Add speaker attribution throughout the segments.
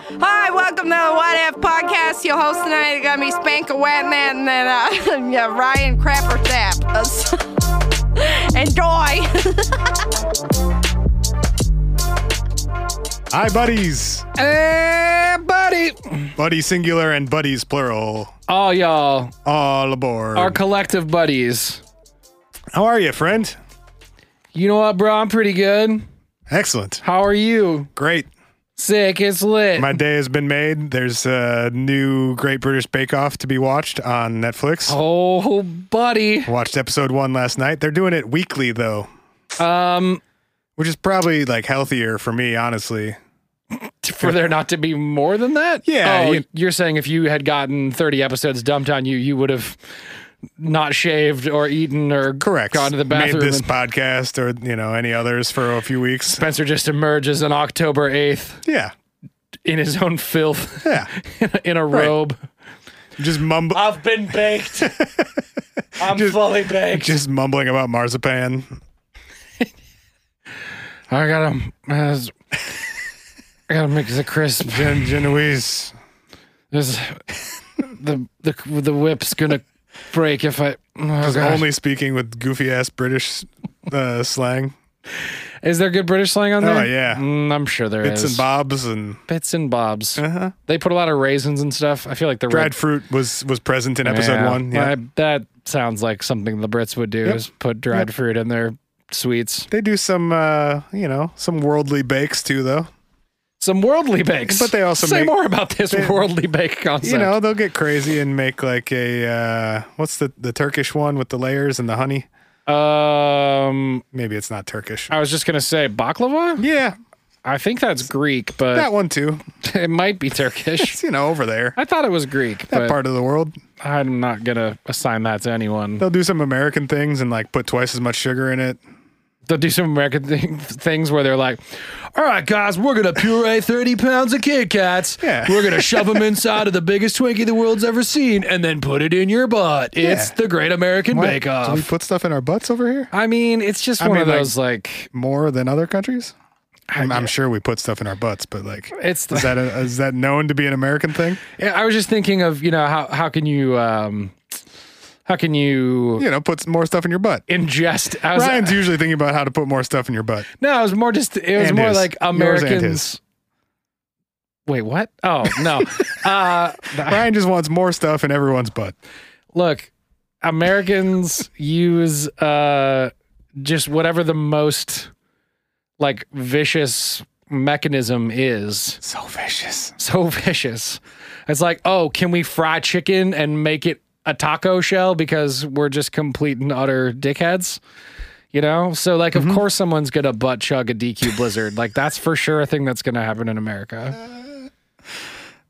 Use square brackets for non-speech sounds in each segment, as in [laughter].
Speaker 1: Hi, welcome to the What If podcast. Your host tonight is going to be Spank Wetman and then uh, [laughs] yeah, Ryan Crapper Tap. [laughs] Enjoy.
Speaker 2: Hi, buddies.
Speaker 3: Hey, buddy.
Speaker 2: Buddy singular and buddies plural.
Speaker 3: All y'all,
Speaker 2: All aboard.
Speaker 3: our collective buddies.
Speaker 2: How are you, friend?
Speaker 3: You know what, bro? I'm pretty good.
Speaker 2: Excellent.
Speaker 3: How are you?
Speaker 2: Great.
Speaker 3: Sick. It's lit.
Speaker 2: My day has been made. There's a new Great British Bake Off to be watched on Netflix.
Speaker 3: oh, buddy.
Speaker 2: Watched episode one last night. They're doing it weekly, though,
Speaker 3: Um,
Speaker 2: which is probably like healthier for me, honestly.
Speaker 3: for there not to be more than that.
Speaker 2: Yeah,
Speaker 3: Oh,
Speaker 2: you-
Speaker 3: you're saying if you had gotten 30 episodes dumped on you, you would have not shaved or eaten or
Speaker 2: Correct.
Speaker 3: gone to the bathroom.
Speaker 2: Made this
Speaker 3: and
Speaker 2: podcast or, you know, any others for a few weeks.
Speaker 3: Spencer just emerges on October 8th
Speaker 2: Yeah.
Speaker 3: in his own filth, [laughs]
Speaker 2: Yeah.
Speaker 3: in a robe.
Speaker 2: Just mumble.
Speaker 3: I've been
Speaker 2: [laughs]
Speaker 3: baked. I'm fully baked.
Speaker 2: Just mumbling about marzipan.
Speaker 3: I gotta, uh, I gotta make the crisp.
Speaker 2: Gen- Genoese.
Speaker 3: This, the the the whip's gonna break if I. Oh God.
Speaker 2: only speaking with goofy ass British uh, slang,
Speaker 3: is there good British slang on
Speaker 2: Oh,
Speaker 3: there?
Speaker 2: yeah.
Speaker 3: Mm, I'm sure there is.
Speaker 2: bits and bobs, and
Speaker 3: Bits and bobs.
Speaker 2: uh
Speaker 3: They put a lot of raisins and stuff. I feel like the
Speaker 2: dried fruit was was present in
Speaker 3: red,
Speaker 2: episode
Speaker 3: Yeah.
Speaker 2: one. Yeah,
Speaker 3: I- that sounds like something the Brits would do
Speaker 2: Yep.
Speaker 3: is put dried fruit in their sweets.
Speaker 2: they do some uh, you know some worldly bakes too, though.
Speaker 3: Some worldly bakes,
Speaker 2: But they also
Speaker 3: say
Speaker 2: make-
Speaker 3: more about this worldly bake concept.
Speaker 2: You know they'll get crazy and make like a uh, what's the the Turkish one with the layers and the honey?
Speaker 3: um,
Speaker 2: Maybe it's not Turkish.
Speaker 3: I was just gonna say baklava.
Speaker 2: Yeah,
Speaker 3: I think that's Greek, but
Speaker 2: that one too.
Speaker 3: it might be Turkish.
Speaker 2: It's you know over there
Speaker 3: [laughs] I thought it was Greek,
Speaker 2: that
Speaker 3: but
Speaker 2: part of the world.
Speaker 3: I'm not gonna assign that to anyone.
Speaker 2: They'll do some American things and like put twice as much sugar in it.
Speaker 3: They'll do some American thing, things where they're like, "All right, guys, we're gonna puree 30 pounds of Kit Kats.
Speaker 2: Yeah.
Speaker 3: We're gonna shove them inside of the biggest Twinkie the world's ever seen, and then put it in your butt. It's
Speaker 2: Yeah.
Speaker 3: the Great American
Speaker 2: What?
Speaker 3: Bake
Speaker 2: Do we
Speaker 3: Off."
Speaker 2: put stuff in our butts over here
Speaker 3: I mean, it's just
Speaker 2: I
Speaker 3: one
Speaker 2: mean,
Speaker 3: of
Speaker 2: like-
Speaker 3: those like,
Speaker 2: more than other countries? I'm, I'm
Speaker 3: I-
Speaker 2: sure we put stuff in our butts, but like [laughs]
Speaker 3: it's the
Speaker 2: Is that a, is that known to be an American thing?
Speaker 3: Yeah, I was just thinking of you know how how can you um how can you
Speaker 2: You know, put more stuff in your butt.
Speaker 3: ingest? I was,
Speaker 2: Ryan's usually thinking about how to put more stuff in your butt.
Speaker 3: no, it was more just it was
Speaker 2: And
Speaker 3: more
Speaker 2: his.
Speaker 3: like
Speaker 2: Yours and
Speaker 3: Americans.
Speaker 2: his.
Speaker 3: Wait, what? Oh
Speaker 2: [laughs]
Speaker 3: no, uh, th-
Speaker 2: Ryan just wants more stuff in everyone's butt.
Speaker 3: look, Americans use uh just whatever the most like vicious mechanism is
Speaker 2: So vicious.
Speaker 3: so [laughs] vicious. It's like, oh, can we fry chicken and make it a taco shell because we're just complete and utter dickheads? You know? So like of course someone's gonna butt chug a DQ blizzard. like that's for sure a thing that's gonna happen in America.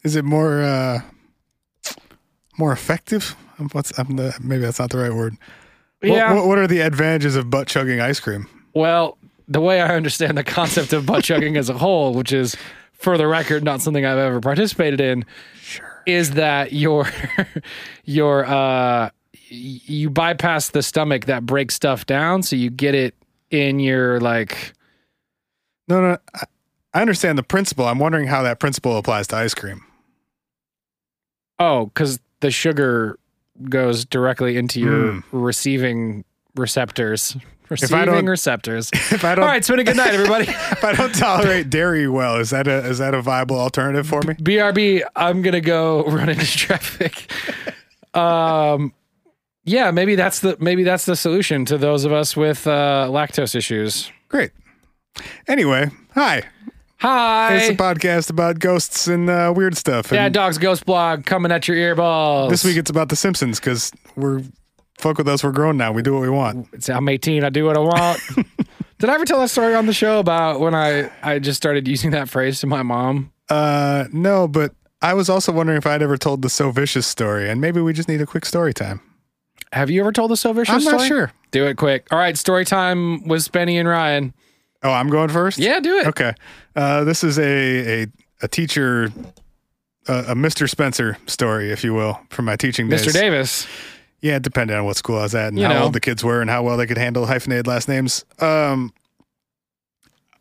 Speaker 2: Is it more uh more effective? Um, What's um, the, maybe that's not the right word. What,
Speaker 3: yeah.
Speaker 2: what, what are the advantages of butt chugging ice cream?
Speaker 3: well, the way I understand the concept of butt chugging as a whole, which is for the record, not something I've ever participated in,
Speaker 2: Sure.
Speaker 3: is that your [laughs] your uh y- you bypass the stomach that breaks stuff down so you get it in your like
Speaker 2: No, no. I, I understand the principle. I'm wondering how that principle applies to ice cream. [laughs]
Speaker 3: oh cuz the sugar goes directly into your
Speaker 2: Mm.
Speaker 3: receiving receptors receiving
Speaker 2: I don't-
Speaker 3: receptors
Speaker 2: If [laughs] I
Speaker 3: all
Speaker 2: don't,
Speaker 3: right it's been a good night
Speaker 2: [laughs]
Speaker 3: everybody
Speaker 2: if I don't tolerate dairy well, is that a is that a viable alternative for me?
Speaker 3: brb i'm going to go [laughs] run into
Speaker 2: [laughs]
Speaker 3: traffic um yeah maybe that's the maybe that's the solution to those of us with uh lactose issues
Speaker 2: Great. Anyway, hi.
Speaker 3: hi
Speaker 2: It's a podcast about ghosts and uh, weird stuff.
Speaker 3: Dad
Speaker 2: And
Speaker 3: Dog's Ghost Blog coming at your earballs.
Speaker 2: this week it's about The Simpsons because we're fuck with us. We're grown now. We do what we want.
Speaker 3: it's, I'm 18. I do what I
Speaker 2: [laughs]
Speaker 3: want. Did I ever tell that story on the show about when I, I just started using that phrase to my mom?
Speaker 2: Uh, no, but I was also wondering if I'd ever told the so vicious story, and maybe we just need a quick story time.
Speaker 3: Have you ever told the So Vicious
Speaker 2: I'm not
Speaker 3: story?
Speaker 2: sure.
Speaker 3: Do it quick. All right, story time with Spenny and Ryan.
Speaker 2: Oh, I'm going first.
Speaker 3: Yeah, do it.
Speaker 2: Okay. Uh, this is a a a teacher, uh, a Mr. Spencer story, if you will, from my teaching days.
Speaker 3: Mr. Davis.
Speaker 2: Yeah, it depended on what school I was at and
Speaker 3: You
Speaker 2: how
Speaker 3: know.
Speaker 2: old the kids were and how well they could handle hyphenated last names. Um,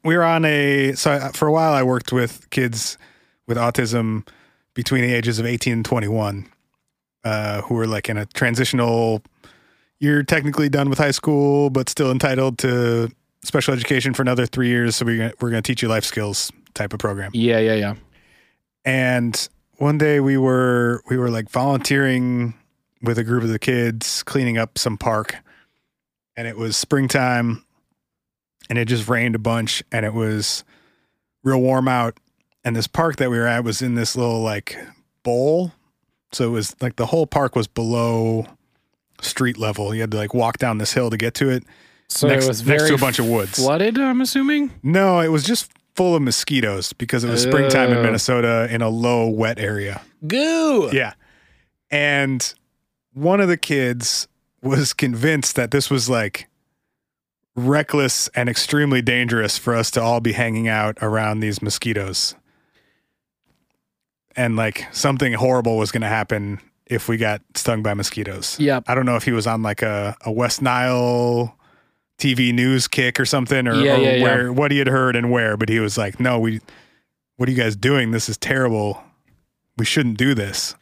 Speaker 2: we were on a so I, for a while I worked with kids with autism between the ages of 18 and 21 uh, who are like in a transitional you're technically done with high school but still entitled to special education for another three years so we're gonna, we're gonna teach you life skills type of program
Speaker 3: Yeah, yeah, yeah.
Speaker 2: and one day we were we were like volunteering with a group of the kids cleaning up some park and it was springtime and it just rained a bunch and it was real warm out and this park that we were at was in this little like bowl so it was like the whole park was below street level you had to like walk down this hill to get to it
Speaker 3: So
Speaker 2: Next-
Speaker 3: it was very
Speaker 2: next to a bunch of woods.
Speaker 3: flooded. I'm assuming.
Speaker 2: no it was just full of mosquitoes because it was springtime in
Speaker 3: Oh.
Speaker 2: minnesota in a low wet area
Speaker 3: Goo.
Speaker 2: Yeah. And one of the kids was convinced that this was like reckless and extremely dangerous for us to all be hanging out around these mosquitoes. And like something horrible was going to happen if we got stung by mosquitoes.
Speaker 3: Yep.
Speaker 2: I don't know if he was on like a, a West Nile TV news kick or something or,
Speaker 3: Yeah,
Speaker 2: or
Speaker 3: yeah, yeah.
Speaker 2: where what he had heard and where, but he was like, No, we what are you guys doing? This is terrible. We shouldn't do this.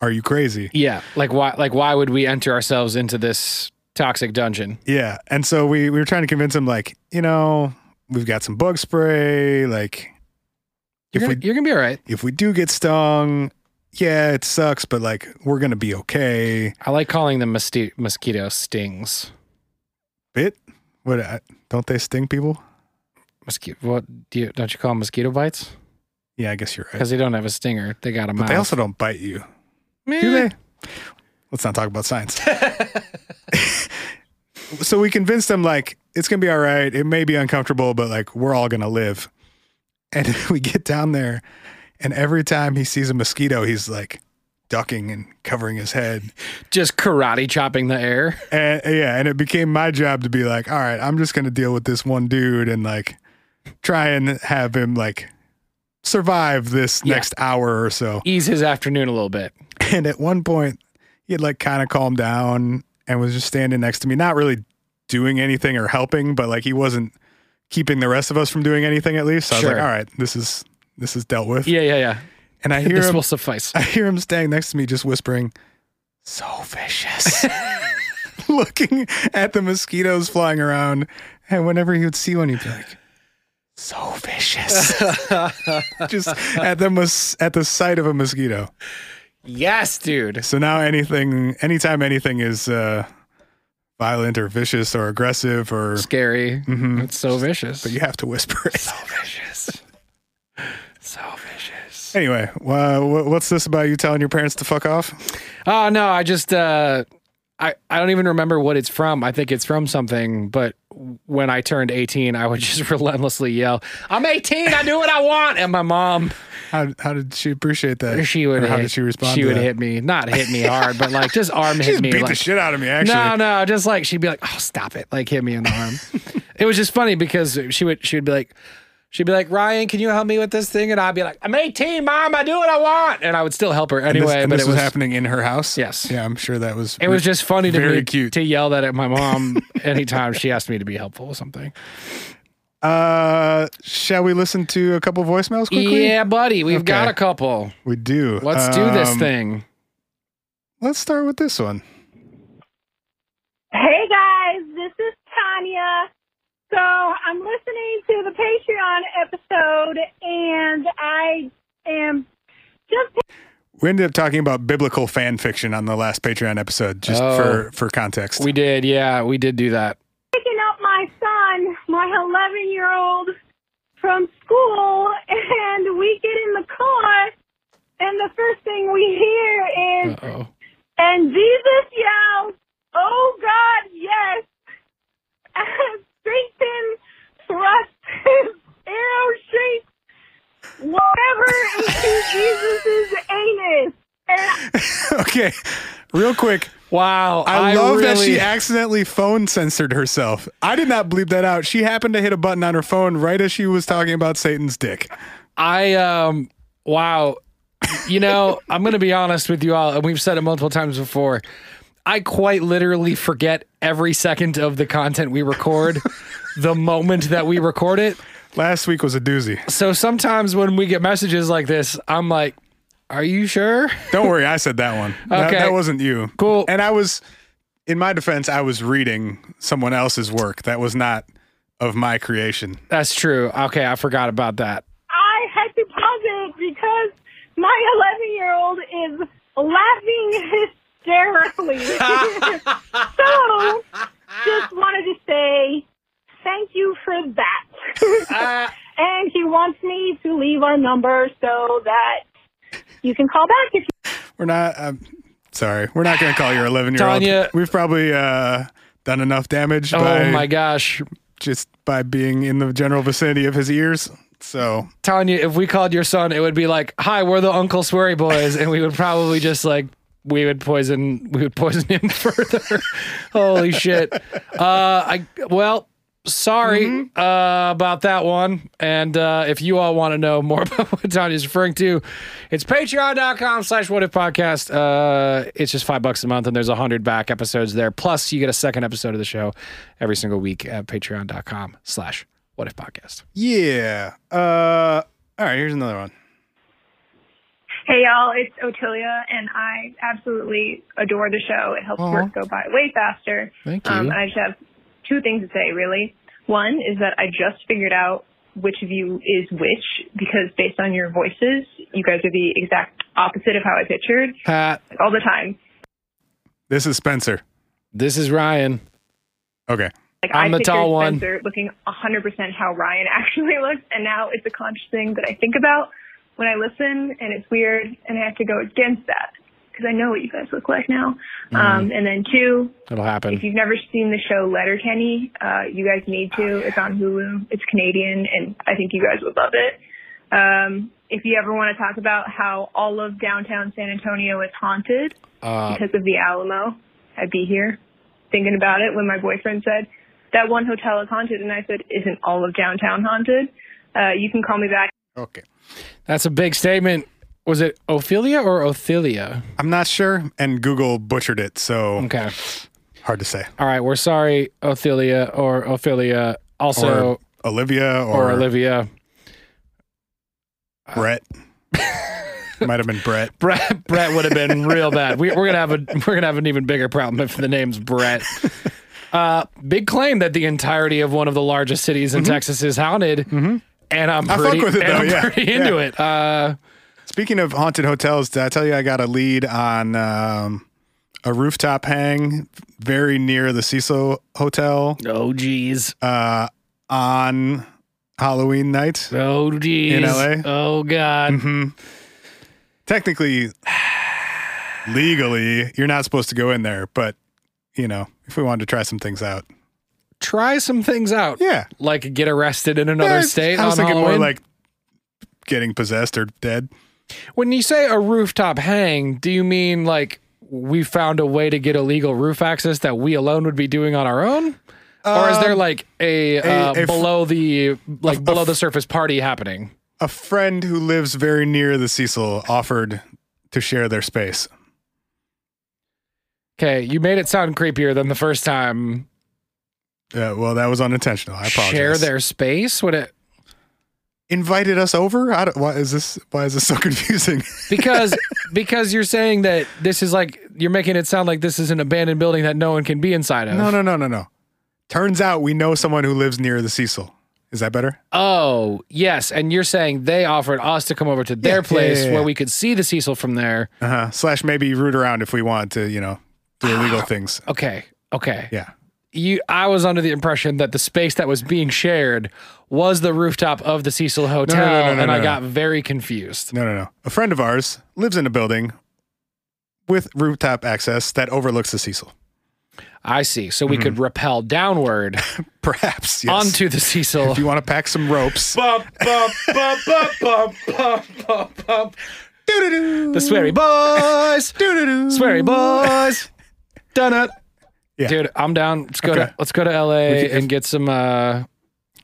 Speaker 2: Are you crazy?
Speaker 3: Yeah. Like why? Like why would we enter ourselves into this toxic dungeon?
Speaker 2: Yeah. And so we, we were trying to convince him, like, you know, we've got some bug spray, like
Speaker 3: You're,
Speaker 2: If
Speaker 3: gonna, you're gonna be all right.
Speaker 2: if we do get stung, yeah, it sucks, but like we're gonna be okay.
Speaker 3: I like calling them mosquito mosquito stings.
Speaker 2: Bit? What I- don't they sting people?
Speaker 3: Mosquito. What do you? Don't you call them mosquito bites?
Speaker 2: Yeah, I guess you're right.
Speaker 3: Because they don't have a stinger. They got a mouth. Eh,
Speaker 2: They also don't bite you.
Speaker 3: Meh.
Speaker 2: Do they? Let's not talk about science. [laughs] so we convinced them like it's gonna be all right. It may be uncomfortable, but like we're all gonna live. And [laughs] we get down there, and every time he sees a mosquito, he's like ducking and covering his head.
Speaker 3: Just karate chopping the air. [laughs]
Speaker 2: And yeah, and it became my job to be like, all right, I'm just gonna deal with this one dude and like try and have him like survive this
Speaker 3: Yeah.
Speaker 2: next hour or so.
Speaker 3: Ease his afternoon a little bit.
Speaker 2: [laughs] And at one point, he had like kind of calmed down and was just standing next to me, not really doing anything or helping, but like he wasn't keeping the rest of us from doing anything at least. So I was
Speaker 3: Sure.
Speaker 2: like, all right, this is this is dealt with.
Speaker 3: Yeah, yeah, yeah.
Speaker 2: And I hear
Speaker 3: This
Speaker 2: him
Speaker 3: will suffice.
Speaker 2: I hear him standing next to me just whispering, so
Speaker 3: [laughs]
Speaker 2: vicious. [laughs] Looking at the mosquitoes flying around. And whenever he would see one, he'd be like, so
Speaker 3: [laughs]
Speaker 2: vicious. just at the mos- at the sight of a mosquito.
Speaker 3: Yes, dude.
Speaker 2: So now anything, anytime anything is uh, violent or vicious or aggressive, or
Speaker 3: Scary. It's so vicious.
Speaker 2: Mm-hmm. you have to whisper it.
Speaker 3: vicious. [laughs] So vicious.
Speaker 2: Anyway, wha- wha- what's this about you telling your parents to fuck off?
Speaker 3: Oh no, I just uh I, I don't even remember what it's from. I think it's from something, but when I turned 18, I would [laughs] just relentlessly yell, I'm 18, I do what I want. And my mom,
Speaker 2: How, how did she appreciate that?
Speaker 3: she would
Speaker 2: Or how
Speaker 3: hit,
Speaker 2: did she respond?
Speaker 3: She
Speaker 2: to
Speaker 3: would
Speaker 2: that?
Speaker 3: hit me, not hit me hard, but like just arm
Speaker 2: She
Speaker 3: hit
Speaker 2: just
Speaker 3: me.
Speaker 2: beat the
Speaker 3: like,
Speaker 2: shit out of me. Actually,
Speaker 3: No, no, just like she'd be like, "Oh, stop it!" Like hit me in the
Speaker 2: [laughs]
Speaker 3: arm. it was just funny because she would she would be like, she'd be like, "Ryan, can you help me with this thing?" And I'd be like, "I'm 18, mom. I do what I want," and I would still help her
Speaker 2: This-
Speaker 3: anyway.
Speaker 2: and
Speaker 3: but
Speaker 2: this
Speaker 3: it was
Speaker 2: was happening in her house.
Speaker 3: Yes.
Speaker 2: Yeah, I'm sure that was.
Speaker 3: it was just funny to
Speaker 2: Very
Speaker 3: me
Speaker 2: cute.
Speaker 3: to yell that at my mom [laughs] anytime she asked me to be helpful with something.
Speaker 2: Uh, shall we listen to a couple voicemails quickly?
Speaker 3: Yeah, buddy, we've got
Speaker 2: Okay.
Speaker 3: a couple.
Speaker 2: we do.
Speaker 3: Let's do this
Speaker 2: Um,
Speaker 3: thing.
Speaker 2: Let's start with this one.
Speaker 4: Hey guys, this is Tanya. So I'm listening to the Patreon episode and I am just
Speaker 2: We ended up talking about biblical fan fiction on the last Patreon episode, just
Speaker 3: Oh.
Speaker 2: for for context.
Speaker 3: We did, yeah, we did do that.
Speaker 4: picking up my son, my 11 year old, from school [laughs] and we get in the car and the first thing we hear is,
Speaker 3: Oh,
Speaker 4: and Jesus yells, Oh God, yes! Strengthen, thrust, arrow shapes, whatever into Jesus' anus.
Speaker 2: [laughs]
Speaker 4: And
Speaker 2: okay, real quick.
Speaker 3: wow!
Speaker 2: I, love that
Speaker 3: really-
Speaker 2: she accidentally phone censored herself. I did not bleep that out. She happened to hit a button on her phone right as she was talking about Satan's dick.
Speaker 3: I um wow. You know, I'm gonna be honest with you all, and we've said it multiple times before. I quite literally [laughs] forget every second of the content we record the moment that we record it.
Speaker 2: Last week was a doozy.
Speaker 3: So sometimes when we get messages like this, I'm like, "Are you sure?"
Speaker 2: Don't worry, I said that one. That,
Speaker 3: Okay.
Speaker 2: that wasn't you.
Speaker 3: Cool.
Speaker 2: And I was, in my defense, I was reading someone else's work. That was not of my creation.
Speaker 3: That's true. Okay, I forgot about that.
Speaker 4: I had to pause it because my 11 year old is laughing hysterically. so, just wanted to say thank you for that. [laughs] and he wants me to leave our number so that you can call back if you.
Speaker 2: We're not. i sorry, we're not going to call your 11 year
Speaker 3: Tanya.
Speaker 2: old. We've probably uh, done enough damage by
Speaker 3: oh my gosh,
Speaker 2: just by being in the general vicinity of his ears. So
Speaker 3: Tanya, if we called your son, it would be like, "Hi, we're the Uncle Swery Boys," and we would probably just like we would poison we would poison him [laughs] further. Holy shit! Uh, I well, sorry uh, about that one. And uh, if you all want to know more [laughs] about what Tanya's referring to, it's Patreon.com/slash What If Podcast. Uh, it's just five bucks a month, and there's a hundred back episodes there. Plus, you get a second episode of the show every single week at Patreon.com/slash What If Podcast.
Speaker 2: yeah. Uh, all right. Here's another one.
Speaker 5: Hey y'all, it's Otilia, and I absolutely adore the show. It helps
Speaker 3: Aw.
Speaker 5: work go by way faster.
Speaker 3: Thank
Speaker 5: Um,
Speaker 3: you.
Speaker 5: and I just have two things to say, really. One is that I just figured out which of you is which because based on your voices, you guys are the exact opposite of how I pictured
Speaker 3: Pat.
Speaker 5: all the time.
Speaker 2: This is Spencer.
Speaker 3: This is Ryan.
Speaker 2: Okay.
Speaker 5: Like
Speaker 3: I'm
Speaker 5: I
Speaker 3: the tall
Speaker 5: pictured
Speaker 3: one.
Speaker 5: Spencer looking 100% how Ryan [laughs] actually looks, and now it's a conscious thing that I think about when I listen, and it's weird, and I have to go against that because I know what you guys look like now.
Speaker 3: Mm-hmm.
Speaker 5: Um, and then two,
Speaker 3: It'll
Speaker 5: if
Speaker 3: happen.
Speaker 5: you've never seen the show Letterkenny, uh, you guys need to. It's on Hulu. It's Canadian, and I think you guys would love it. Um, if you ever want to talk about how all of downtown San Antonio is haunted
Speaker 3: Uh,
Speaker 5: because of the Alamo, I'd be here thinking about it when my boyfriend said, that one hotel is haunted. And I said, isn't all of downtown haunted? Uh, you can call me back
Speaker 2: Okay.
Speaker 3: that's a big statement. Was it Ophelia or Othelia?
Speaker 2: I'm not sure. And Google butchered it. So
Speaker 3: Okay.
Speaker 2: hard to say.
Speaker 3: All right. We're sorry, Othelia or Ophelia. Also,
Speaker 2: or Olivia
Speaker 3: or,
Speaker 2: or,
Speaker 3: Olivia. [laughs]
Speaker 2: Brett. Might have been Brett.
Speaker 3: Brett, Brett would have been real bad. We, we're gonna have a we're gonna have an even bigger problem if the name's Brett. [laughs] Uh, big claim that the entirety of one of the largest cities in Texas is haunted, and I'm
Speaker 2: I fuck
Speaker 3: pretty,
Speaker 2: with it,
Speaker 3: and
Speaker 2: though,
Speaker 3: I'm
Speaker 2: yeah.
Speaker 3: pretty into it. Uh,
Speaker 2: Speaking of haunted hotels, did I tell you I got a lead on um, a rooftop hang very near the Cecil Hotel
Speaker 3: oh geez,
Speaker 2: uh, on Halloween night?
Speaker 3: oh geez,
Speaker 2: LA?
Speaker 3: oh god.
Speaker 2: Technically, legally, you're not supposed to go in there, but you know, if we wanted to try some things out,
Speaker 3: try some things out.
Speaker 2: yeah.
Speaker 3: Like get arrested in another
Speaker 2: Yeah,
Speaker 3: state
Speaker 2: I was
Speaker 3: on
Speaker 2: thinking
Speaker 3: Halloween.
Speaker 2: more like getting possessed or dead.
Speaker 3: when you say a rooftop hang, do you mean like we found a way to get illegal roof access that we alone would be doing on our own? or is there like a, uh,
Speaker 2: Um, a f-
Speaker 3: below the like below
Speaker 2: f-
Speaker 3: the surface party happening?
Speaker 2: a friend who lives very near the Cecil offered to share their space.
Speaker 3: Okay, you made it sound creepier than the first time.
Speaker 2: Uh, well, that was unintentional. I apologize.
Speaker 3: Share their space? Would it
Speaker 2: invited us over. I don't, why is this? Why is this so [laughs] confusing?
Speaker 3: because [laughs] because you're saying that this is like you're making it sound like this is an abandoned building that no one can be inside of.
Speaker 2: no, no, no, no, no. Turns out we know someone who lives near the Cecil. Is that better?
Speaker 3: Oh, yes. And you're saying they offered us to come over to their
Speaker 2: Yeah, yeah,
Speaker 3: place
Speaker 2: yeah, yeah.
Speaker 3: where we could see the Cecil from there.
Speaker 2: Uh huh. Slash maybe root around if we want to, you know, do illegal things.
Speaker 3: Okay. Okay.
Speaker 2: Yeah.
Speaker 3: You I was under the impression that the space that was being shared was the rooftop of the Cecil Hotel
Speaker 2: no, no, no,
Speaker 3: and I
Speaker 2: no.
Speaker 3: got very confused.
Speaker 2: No, no, no. A friend of ours lives in a building with rooftop access that overlooks the Cecil.
Speaker 3: I see. So we
Speaker 2: Mm-hmm.
Speaker 3: could
Speaker 2: [laughs]
Speaker 3: rappel downward
Speaker 2: Perhaps. Yes.
Speaker 3: onto the
Speaker 2: [laughs]
Speaker 3: Cecil.
Speaker 2: If you want to pack some [laughs] ropes.
Speaker 3: Bump, bump, bump, bump, bump, bump, bump, bump.
Speaker 2: Doo-doo-doo.
Speaker 3: The Sweary Boys.
Speaker 2: [laughs] Doo-doo-doo.
Speaker 3: Sweary Boys. Done it.
Speaker 2: Yeah.
Speaker 3: Dude, I'm down. Let's go
Speaker 2: Okay.
Speaker 3: to let's go to LA
Speaker 2: could-
Speaker 3: and get some uh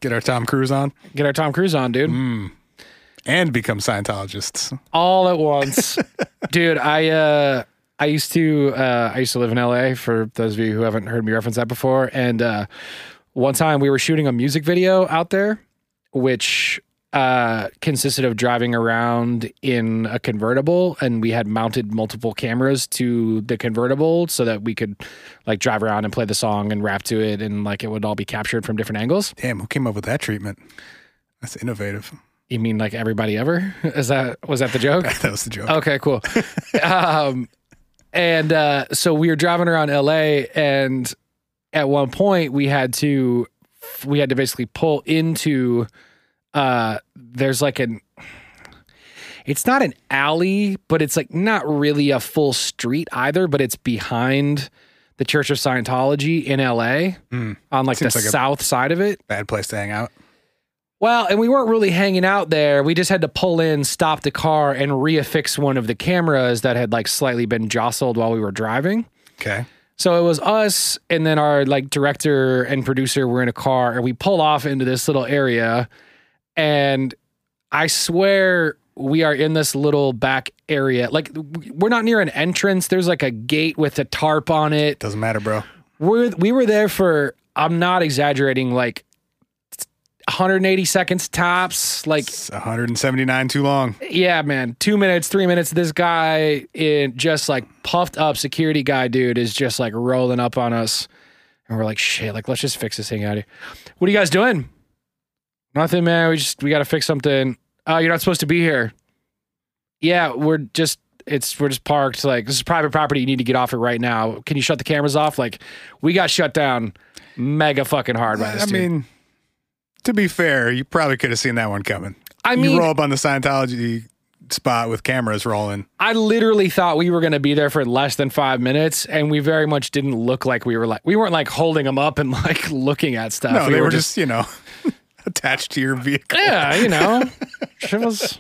Speaker 2: Get our Tom Cruise on
Speaker 3: get our Tom Cruise on, dude.
Speaker 2: and become Scientologists.
Speaker 3: All at once. dude, I uh I used to uh I used to live in LA for those of you who haven't heard me reference that before and uh one time we were shooting a music video out there which uh, consisted of driving around in a convertible, and we had mounted multiple cameras to the convertible so that we could like drive around and play the song and rap to it, and like it would all be captured from different angles.
Speaker 2: Damn, who came up with that treatment? That's innovative. [laughs]
Speaker 3: You mean like everybody ever? [laughs] Is that was that the joke?
Speaker 2: That was the joke. [laughs]
Speaker 3: Okay, cool. um, and uh, so we were driving around LA, and at one point we had to we had to basically pull into uh, there's like an it's not an alley, but it's like not really a full street either, but it's behind the Church of Scientology in LA
Speaker 2: Hmm.
Speaker 3: on like
Speaker 2: Seems
Speaker 3: the
Speaker 2: like a-
Speaker 3: south side of it.
Speaker 2: Bad place to hang out.
Speaker 3: Well, and we weren't really hanging out there. We just had to pull in, stop the car, and reaffix one of the cameras that had like slightly been jostled while we were driving.
Speaker 2: Okay.
Speaker 3: So it was us and then our like director and producer were in a car and we pull off into this little area and I swear we are in this little back area. Like w- we're not near an entrance. There's like a gate with a tarp on it
Speaker 2: Doesn't matter, bro.
Speaker 3: we're we were there for I'm not exaggerating like 180 seconds tops like
Speaker 2: It's 179 too long.
Speaker 3: yeah man 2 minutes 3 minutes this guy in just like puffed up security guy dude is just like rolling up on us and we're like shit like let's just fix this thing out here what are you guys doing nothing man we just we got to fix something oh you're not supposed to be here yeah we're just it's we're just parked like this is private property you need to get off it right now can you shut the cameras off like we got shut down mega fucking hard by this
Speaker 2: I
Speaker 3: dude.
Speaker 2: mean, to be fair, you probably could have seen that one coming.
Speaker 3: i
Speaker 2: you roll up on the Scientology spot with cameras rolling.
Speaker 3: I literally thought we were going to be there for less than five minutes, and we very much didn't look like we were like we weren't like holding them up and [laughs] like looking at stuff.
Speaker 2: No,
Speaker 3: we
Speaker 2: they were, just, you know, [laughs] attached to your vehicle.
Speaker 3: yeah, you [laughs] know, shit was.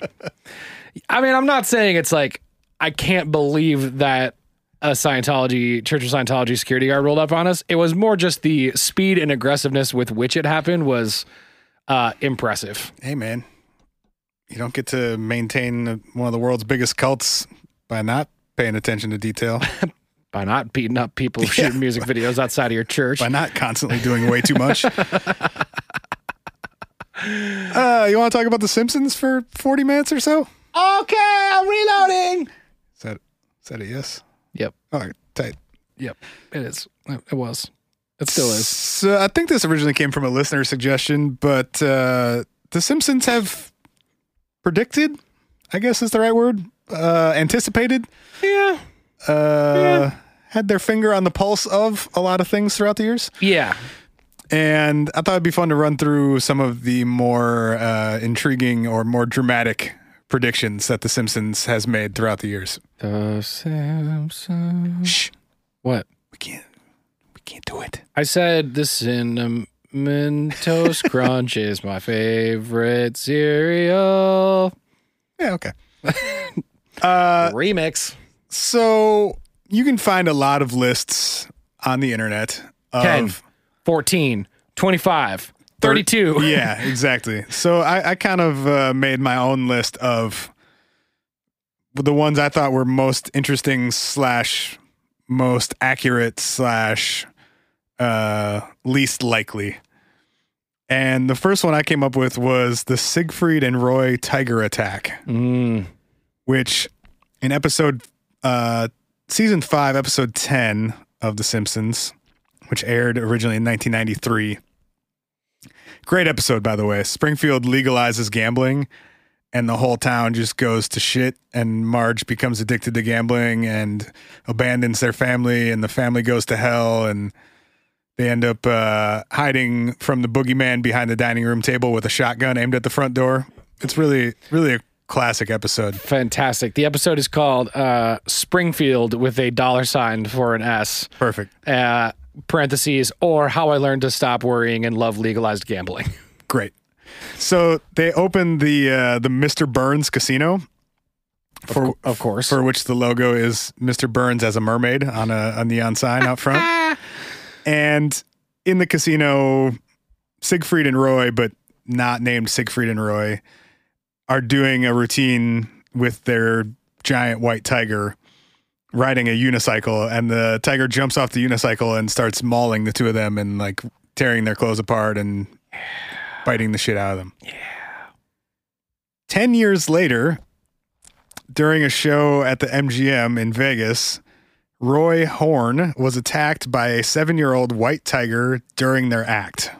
Speaker 3: I mean, I'm not saying it's like I can't believe that a Scientology Church of Scientology security guard rolled up on us. It was more just the speed and aggressiveness with which it happened was uh, impressive.
Speaker 2: Hey, man, you don't get to maintain the- one of the world's biggest cults by not paying attention to detail,
Speaker 3: By not beating up people shooting music videos outside of your church.
Speaker 2: by not constantly doing way too
Speaker 3: [laughs]
Speaker 2: much. Uh, you want to talk about The Simpsons for 40 minutes or so?
Speaker 3: Okay, I'm reloading.
Speaker 2: Is that, is that a yes?
Speaker 3: Yep.
Speaker 2: All right, tight.
Speaker 3: Yep, it is. It was. It still is.
Speaker 2: So I think this originally came from a listener suggestion, but uh, the Simpsons have predicted, I guess is the right word, uh, anticipated,
Speaker 3: Yeah.
Speaker 2: uh, had their finger on the pulse of a lot of things throughout the years.
Speaker 3: Yeah.
Speaker 2: And I thought it'd be fun to run through some of the more uh, intriguing or more dramatic predictions that the Simpsons has made throughout the years.
Speaker 3: The Simpsons.
Speaker 2: Shh,
Speaker 3: What?
Speaker 2: we can't, we can't do it.
Speaker 3: I said the cinnamon toast crunch is my favorite cereal.
Speaker 2: Yeah, okay. uh,
Speaker 3: Remix.
Speaker 2: So you can find a lot of lists on the internet. Of,
Speaker 3: 10, 14, 25, 32.
Speaker 2: [laughs] yeah, exactly. So I, I kind of uh, made my own list of the ones I thought were most interesting slash most accurate slash uh, least likely. And the first one I came up with was the Siegfried and Roy tiger attack
Speaker 3: Mm.
Speaker 2: which in episode uh season 5 episode 10 of the simpsons which aired originally in 1993 great episode by the way springfield legalizes gambling and the whole town just goes to shit and marge becomes addicted to gambling and abandons their family and the family goes to hell and they end up uh, hiding from the boogeyman behind the dining room table with a shotgun aimed at the front door it's really really a classic episode
Speaker 3: Fantastic. The episode is called uh, Springfield with a dollar sign for an S.
Speaker 2: Perfect.
Speaker 3: Uh, parentheses, or How I Learned to Stop Worrying and Love Legalized Gambling.
Speaker 2: Great. So they opened the uh, the Mr. Burns Casino, for
Speaker 3: Of course.
Speaker 2: for which the logo is Mr. Burns as a mermaid on a, a neon sign out front. and in the casino, Siegfried and Roy, but not named Siegfried and Roy, are doing a routine with their giant white tiger riding a unicycle and the tiger jumps off the unicycle and starts mauling the two of them and like tearing their clothes apart and fighting the shit out of them. Yeah. 10 years later, during a show at the MGM in Vegas, Roy Horn was attacked by a seven year old white tiger during their act.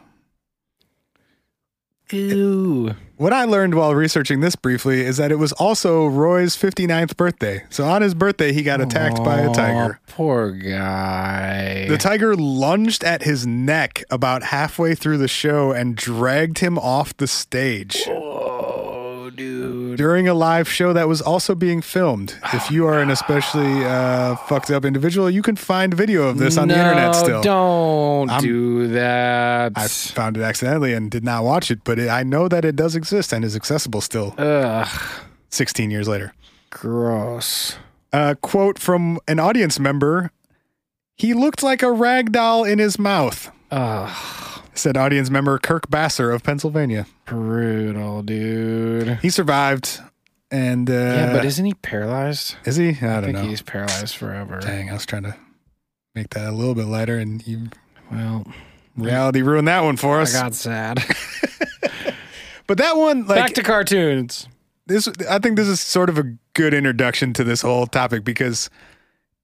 Speaker 3: Ooh.
Speaker 2: What I learned while researching this briefly is that it was also Roy's 59th birthday. So on his birthday, he got attacked by a tiger.
Speaker 3: Poor guy.
Speaker 2: The tiger lunged at his neck about halfway through the show and dragged him off the stage.
Speaker 3: oh, dude.
Speaker 2: during a live show that was also being filmed. If you are an especially uh, fucked up individual, you can find video of this on the internet still.
Speaker 3: Don't
Speaker 2: I'm-
Speaker 3: do that.
Speaker 2: I found it accidentally and did not watch it, but it, I know that it does exist and is accessible still
Speaker 3: Ugh.
Speaker 2: 16 years later.
Speaker 3: Gross.
Speaker 2: A quote from an audience member He looked like a rag doll in his mouth,
Speaker 3: Ugh.
Speaker 2: said audience member Kirk Basser of Pennsylvania.
Speaker 3: Brutal, dude.
Speaker 2: He survived. And uh,
Speaker 3: yeah, but isn't he paralyzed?
Speaker 2: is he? I
Speaker 3: I
Speaker 2: don't
Speaker 3: think
Speaker 2: know.
Speaker 3: he's paralyzed forever.
Speaker 2: Dang, I was trying to make that a little bit lighter, and you
Speaker 3: Well,
Speaker 2: reality ruined that one for
Speaker 3: I
Speaker 2: us.
Speaker 3: got sad.
Speaker 2: But that one, like
Speaker 3: Back to cartoons.
Speaker 2: this, I think this is sort of a good introduction to this whole topic because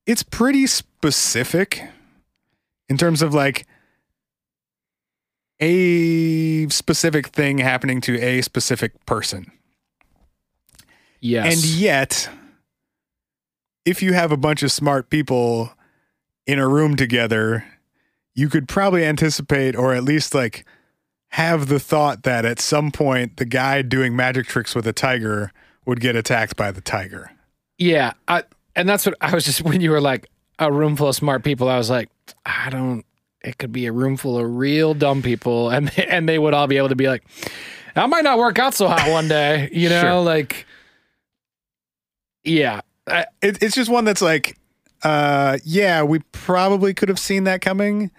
Speaker 2: it's pretty specific in terms of like a specific thing happening to a specific person.
Speaker 3: Yes.
Speaker 2: And yet, if you have a bunch of smart people in a room together, you could probably anticipate or at least like have the thought that at some point the guy doing magic tricks with a tiger would get attacked by the tiger.
Speaker 3: Yeah, I, and that's what I was just [laughs] when you were like a room full of smart people. I was like, I don't. It could be a room full of real dumb people, [laughs] and and they would all be able to be like, that might not work out so hot one day, [laughs] you know,
Speaker 2: Sure.
Speaker 3: like. Yeah, I,
Speaker 2: It, it's just one that's like, uh, yeah, we probably could have seen that coming,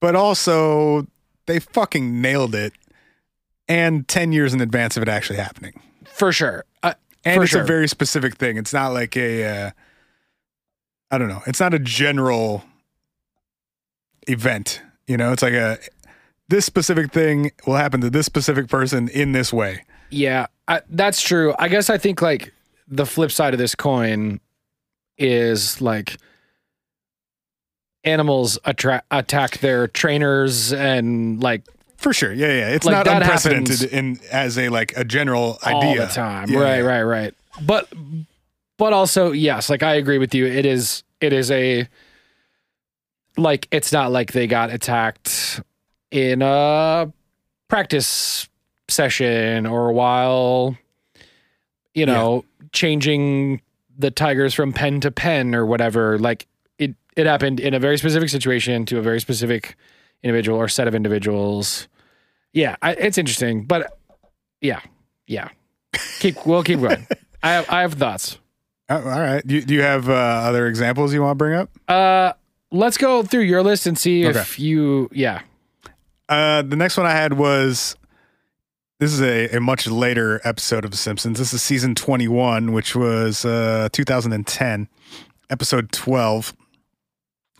Speaker 2: but also they fucking nailed it. And 10 years in advance of it actually happening.
Speaker 3: for sure. Uh,
Speaker 2: and
Speaker 3: for
Speaker 2: it's
Speaker 3: sure.
Speaker 2: a very specific thing. It's not like a, uh, I don't know. It's not a general event. You know, it's like a this specific thing will happen to this specific person in this way.
Speaker 3: Yeah, I, that's true. I guess I think like the flip side of this coin is like animals attra- attack their trainers and like
Speaker 2: For sure. Yeah, yeah. It's
Speaker 3: Like,
Speaker 2: not
Speaker 3: that
Speaker 2: unprecedented in as a like a general idea.
Speaker 3: all the time.
Speaker 2: Yeah,
Speaker 3: right,
Speaker 2: yeah.
Speaker 3: right, right. But but also yes, like I agree with you. It is it is a like it's not like they got attacked in a practice session or while you know changing the tigers from pen to pen or whatever. Like it it happened in a very specific situation to a very specific individual or set of individuals. Yeah, I, it's interesting, but yeah, yeah. Keep we'll
Speaker 2: [laughs]
Speaker 3: keep going. I have I have thoughts.
Speaker 2: Oh, all right. Do, do you have uh, other examples you want to bring up?
Speaker 3: Uh, let's go through your list and see if
Speaker 2: Okay.
Speaker 3: you yeah.
Speaker 2: Uh, the next one I had was this is a, a much later episode of The Simpsons. This is season 21, which was uh, 2010, episode 12,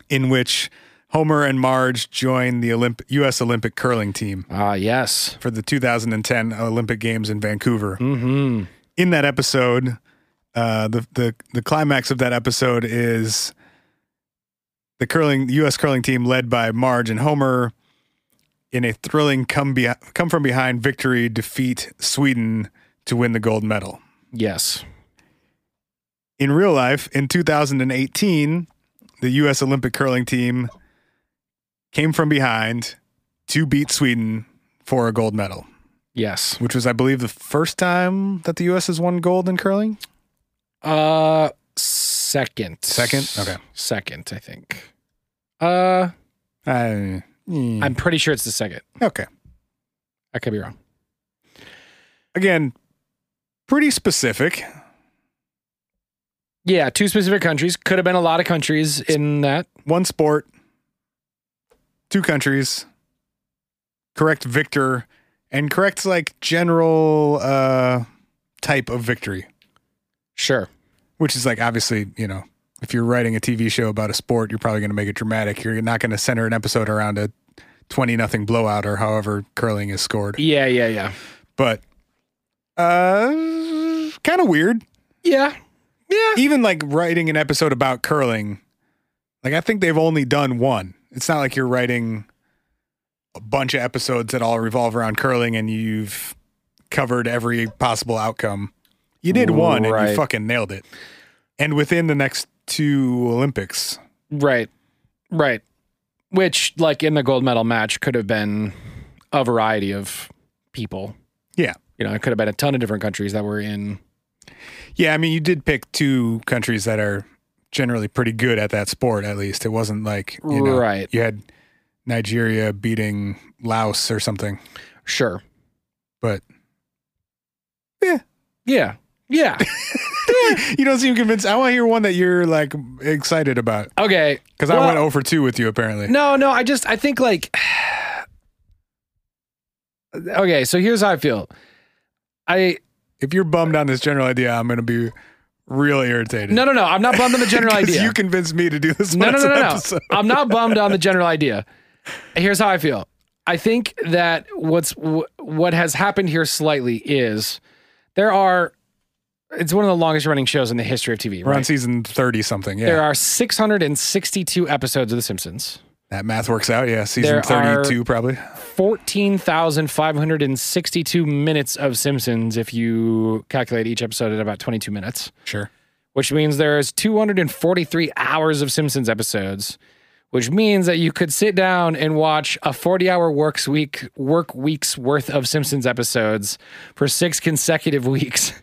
Speaker 2: in which Homer and Marge joined the Olymp- U.S. Olympic curling team
Speaker 3: Ah yes.
Speaker 2: for the 2010 Olympic Games in Vancouver
Speaker 3: Mm-hmm.
Speaker 2: in that episode, uh, the the the climax of that episode is the curling U.S. curling team led by Marge and Homer in a thrilling come be, come from behind victory defeat Sweden to win the gold medal.
Speaker 3: Yes.
Speaker 2: In real life, in 2018, the U.S. Olympic curling team came from behind to beat Sweden for a gold medal,
Speaker 3: Yes.
Speaker 2: which was, I believe, the first time that the U.S. has won gold in curling.
Speaker 3: Uh second.
Speaker 2: Second? Okay.
Speaker 3: Second, I think. Uh
Speaker 2: I, Hmm.
Speaker 3: I'm pretty sure it's the second.
Speaker 2: okay.
Speaker 3: I could be wrong.
Speaker 2: again, pretty specific.
Speaker 3: Yeah, two specific countries. Could have been a lot of countries in that.
Speaker 2: One sport, two countries, correct victor, and correct like general uh type of victory,
Speaker 3: Sure.
Speaker 2: which is like obviously, you know, if you're writing a TV show about a sport, you're probably going to make it dramatic. You're not going to center an episode around a 20 nothing blowout or however curling is scored.
Speaker 3: Yeah, yeah, yeah.
Speaker 2: But uh kind of weird.
Speaker 3: Yeah. Yeah.
Speaker 2: Even like writing an episode about curling, like I think they've only done one. It's not like you're writing a bunch of episodes that all revolve around curling and you've covered every possible outcome. You did one and you
Speaker 3: Right.
Speaker 2: fucking nailed it. And within the next two Olympics,
Speaker 3: Right. Right. Which, like in the gold medal match, could have been a variety of people.
Speaker 2: Yeah.
Speaker 3: You know, it could have been a ton of different countries that were in.
Speaker 2: Yeah, I mean, you did pick two countries that are generally pretty good at that sport. At least it wasn't like you know,
Speaker 3: Right.
Speaker 2: You had Nigeria beating Laos or something,
Speaker 3: Sure.
Speaker 2: but
Speaker 3: Yeah.
Speaker 2: [laughs]
Speaker 3: Yeah.
Speaker 2: you don't seem convinced. I want to hear one that you're like excited about
Speaker 3: Okay.
Speaker 2: because I
Speaker 3: Well-
Speaker 2: went over two with you apparently.
Speaker 3: No, no, I just I think like [sighs] Okay, so here's how I feel. I
Speaker 2: If you're bummed on this general idea, I'm going to be real irritated.
Speaker 3: no no no, I'm not bummed on the general
Speaker 2: [laughs] 'Cause
Speaker 3: idea.
Speaker 2: You convinced me to do this.
Speaker 3: no, no,
Speaker 2: last
Speaker 3: no, no, no.
Speaker 2: episode.
Speaker 3: I'm not bummed on the general idea. Here's how I feel. I think that what's wh- what has happened here slightly is there are it's one of the longest running shows in the history of TV.
Speaker 2: We're on
Speaker 3: Right?
Speaker 2: season thirty something. Yeah,
Speaker 3: There are 662 episodes of The Simpsons.
Speaker 2: that math works out. Yeah, season
Speaker 3: There are-
Speaker 2: thirty-two probably.
Speaker 3: 14,562 minutes of Simpsons if you calculate each episode at about 22 minutes,
Speaker 2: Sure.
Speaker 3: which means there's 243 hours of Simpsons episodes, which means that you could sit down and watch a 40-hour works week work weeks worth of Simpsons episodes for 6 consecutive [laughs] weeks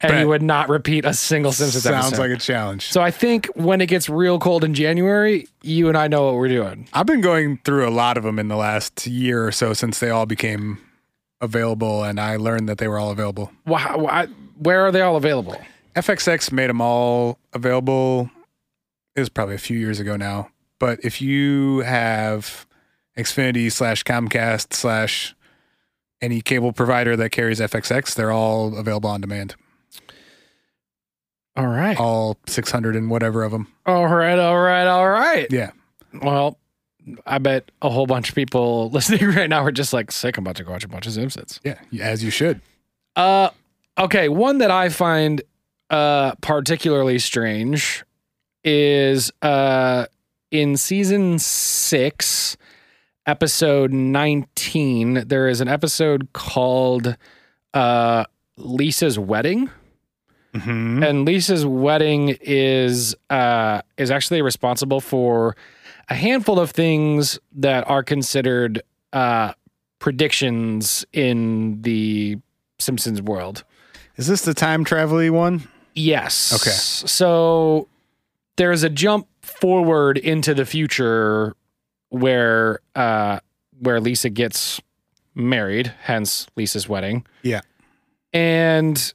Speaker 3: and
Speaker 2: Bet.
Speaker 3: you would not repeat a single Simpsons
Speaker 2: Sounds
Speaker 3: episode.
Speaker 2: like a challenge.
Speaker 3: so I think when it gets real cold in January, you and I know what we're doing.
Speaker 2: I've been going through a lot of them in the last year or so since they all became available, and I learned that they were all available.
Speaker 3: Why, why, where are they all available?
Speaker 2: FXX made them all available. It was probably a few years ago now, but if you have Xfinity slash Comcast slash any cable provider that carries FXX, they're all available on demand.
Speaker 3: All right.
Speaker 2: All 600 and whatever of them.
Speaker 3: All right, all right, all right.
Speaker 2: Yeah.
Speaker 3: Well, I bet a whole bunch of people [laughs] listening right now are just like sick. I'm about to go watch a bunch of Simpsons.
Speaker 2: Yeah. As you should.
Speaker 3: Uh, okay. One that I find uh particularly strange is uh in season six, episode nineteen. There is an episode called uh Lisa's wedding.
Speaker 2: Mm-hmm.
Speaker 3: and Lisa's wedding is uh, is actually responsible for a handful of things that are considered uh, predictions in the Simpsons world.
Speaker 2: Is this the time travel one?
Speaker 3: Yes.
Speaker 2: Okay.
Speaker 3: So there's a jump forward into the future where uh, where Lisa gets married, hence Lisa's wedding.
Speaker 2: Yeah.
Speaker 3: And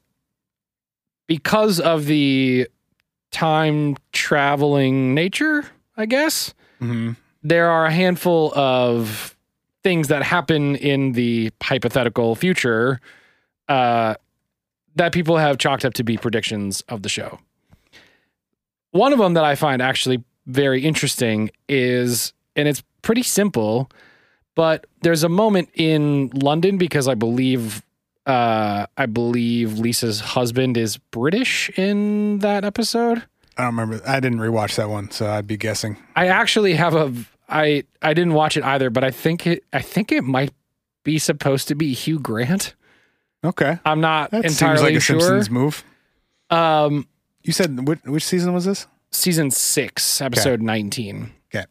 Speaker 3: because of the time traveling nature, I guess,
Speaker 2: Mm-hmm.
Speaker 3: there are a handful of things that happen in the hypothetical future uh, that people have chalked up to be predictions of the show. One of them that I find actually very interesting is, and it's pretty simple, but there's a moment in London because I believe. Uh, I believe Lisa's husband is British in that episode.
Speaker 2: I don't remember. I didn't rewatch that one, so I'd be guessing.
Speaker 3: I actually have a I I didn't watch it either, but I think it I think it might be supposed to be Hugh Grant.
Speaker 2: Okay.
Speaker 3: I'm not
Speaker 2: That seems like
Speaker 3: entirely
Speaker 2: a
Speaker 3: sure.
Speaker 2: Simpsons move.
Speaker 3: Um
Speaker 2: You said which, which season was this?
Speaker 3: season 6, episode 19.
Speaker 2: Okay.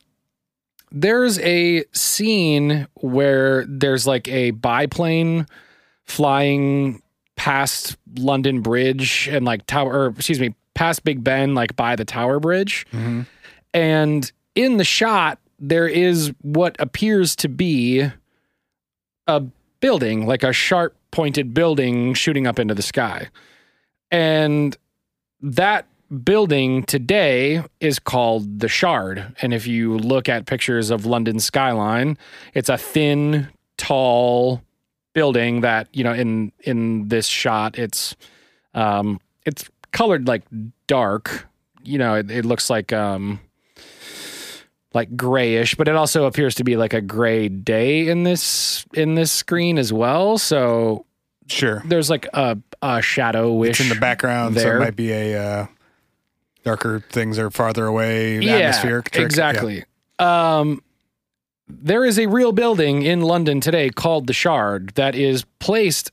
Speaker 3: There's a scene where there's like a biplane flying past London Bridge and like tower or excuse me, past Big Ben like by the Tower Bridge.
Speaker 2: Mm-hmm.
Speaker 3: And in the shot, there is what appears to be a building, like a sharp pointed building shooting up into the sky. And that building today is called the Shard. And if you look at pictures of London's skyline, it's a thin, tall building that, you know, in in this shot, it's um it's colored like dark. You know, it, it looks like um like grayish, but it also appears to be like a gray day in this in this screen as well. So
Speaker 2: Sure.
Speaker 3: there's like a a shadowish
Speaker 2: It's in the background, so
Speaker 3: there.
Speaker 2: it might be a uh, darker things are farther away. atmospheric trick.
Speaker 3: Exactly. Um, there is a real building in London today called the Shard that is placed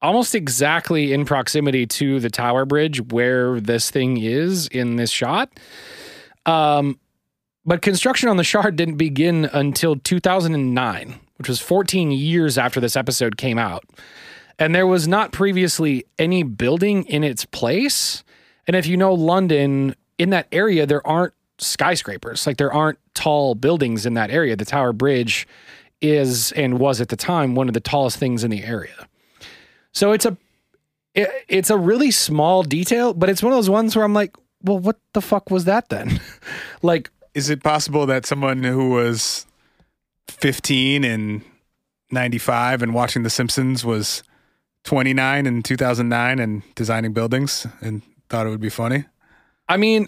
Speaker 3: almost exactly in proximity to the Tower Bridge where this thing is in this shot. Um, but construction on the Shard didn't begin until 2009, which was 14 years after this episode came out. And there was not previously any building in its place. And if you know London, in that area, there aren't skyscrapers. Like there aren't tall buildings in that area. The Tower Bridge is and was at the time one of the tallest things in the area. So it's a it, it's a really small detail, but it's one of those ones where I'm like, well, what the fuck was that then? [laughs] like
Speaker 2: Yeah. Is it possible that someone who was 15 in 95 and watching The Simpsons was 29 in 2009 and designing buildings and thought it would be funny?
Speaker 3: I mean,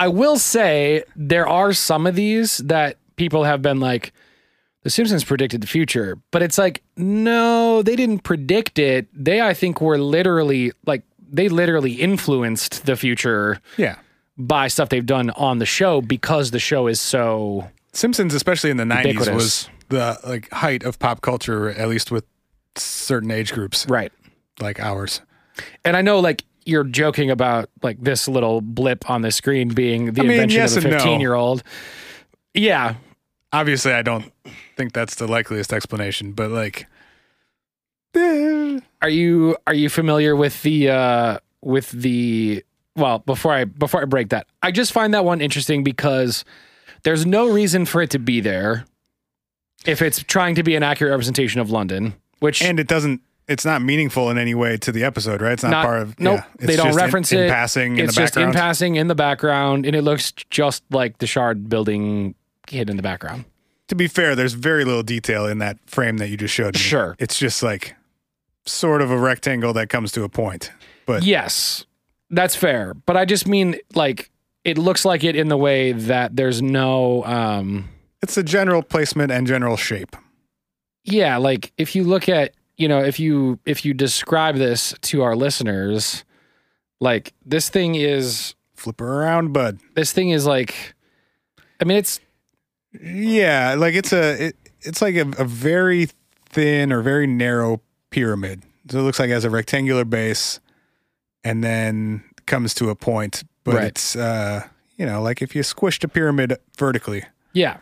Speaker 3: I will say there are some of these that people have been like, The Simpsons predicted the future, but it's like, no, they didn't predict it. They, I think, were literally like, they literally influenced the future
Speaker 2: Yeah.
Speaker 3: by stuff they've done on the show because the show is so
Speaker 2: Simpsons, especially in the 90s,
Speaker 3: Ubiquitous.
Speaker 2: was the like height of pop culture, at least with certain age groups
Speaker 3: right.
Speaker 2: like ours.
Speaker 3: And I know, like, you're joking about like this little blip on the screen being the
Speaker 2: I mean,
Speaker 3: invention
Speaker 2: yes
Speaker 3: of a
Speaker 2: and no.
Speaker 3: 15 year old. Yeah,
Speaker 2: Obviously, I don't think that's the likeliest explanation, but like, eh,
Speaker 3: are you are you familiar with the uh with the well before i before i break that i just find that one interesting because there's no reason for it to be there if it's trying to be an accurate representation of london which
Speaker 2: and it doesn't. It's not meaningful in any way to the episode, right? It's not,
Speaker 3: Not-
Speaker 2: part of.
Speaker 3: nope,
Speaker 2: yeah. It's
Speaker 3: they don't
Speaker 2: just in-
Speaker 3: reference
Speaker 2: in
Speaker 3: it.
Speaker 2: passing in the
Speaker 3: it's just in
Speaker 2: background.
Speaker 3: passing in the background and it looks just like the shard building hidden in the background
Speaker 2: to be fair, there's very little detail in that frame that you just showed. Me.
Speaker 3: Sure.
Speaker 2: it's just like sort of a rectangle that comes to a point. But
Speaker 3: Yes, that's fair. But I just mean like it looks like it in the way that there's no um
Speaker 2: it's a general placement and general shape.
Speaker 3: yeah, like if you look at you know if you if you describe this to our listeners, like this thing is
Speaker 2: Flip her around, bud.
Speaker 3: this thing is like, I mean it's
Speaker 2: Yeah, like it's a it, it's like a, a very thin or very narrow pyramid. So it looks like it has a rectangular base, and then comes to a point. But
Speaker 3: Right.
Speaker 2: it's uh, you know like if you squished a pyramid vertically.
Speaker 3: yeah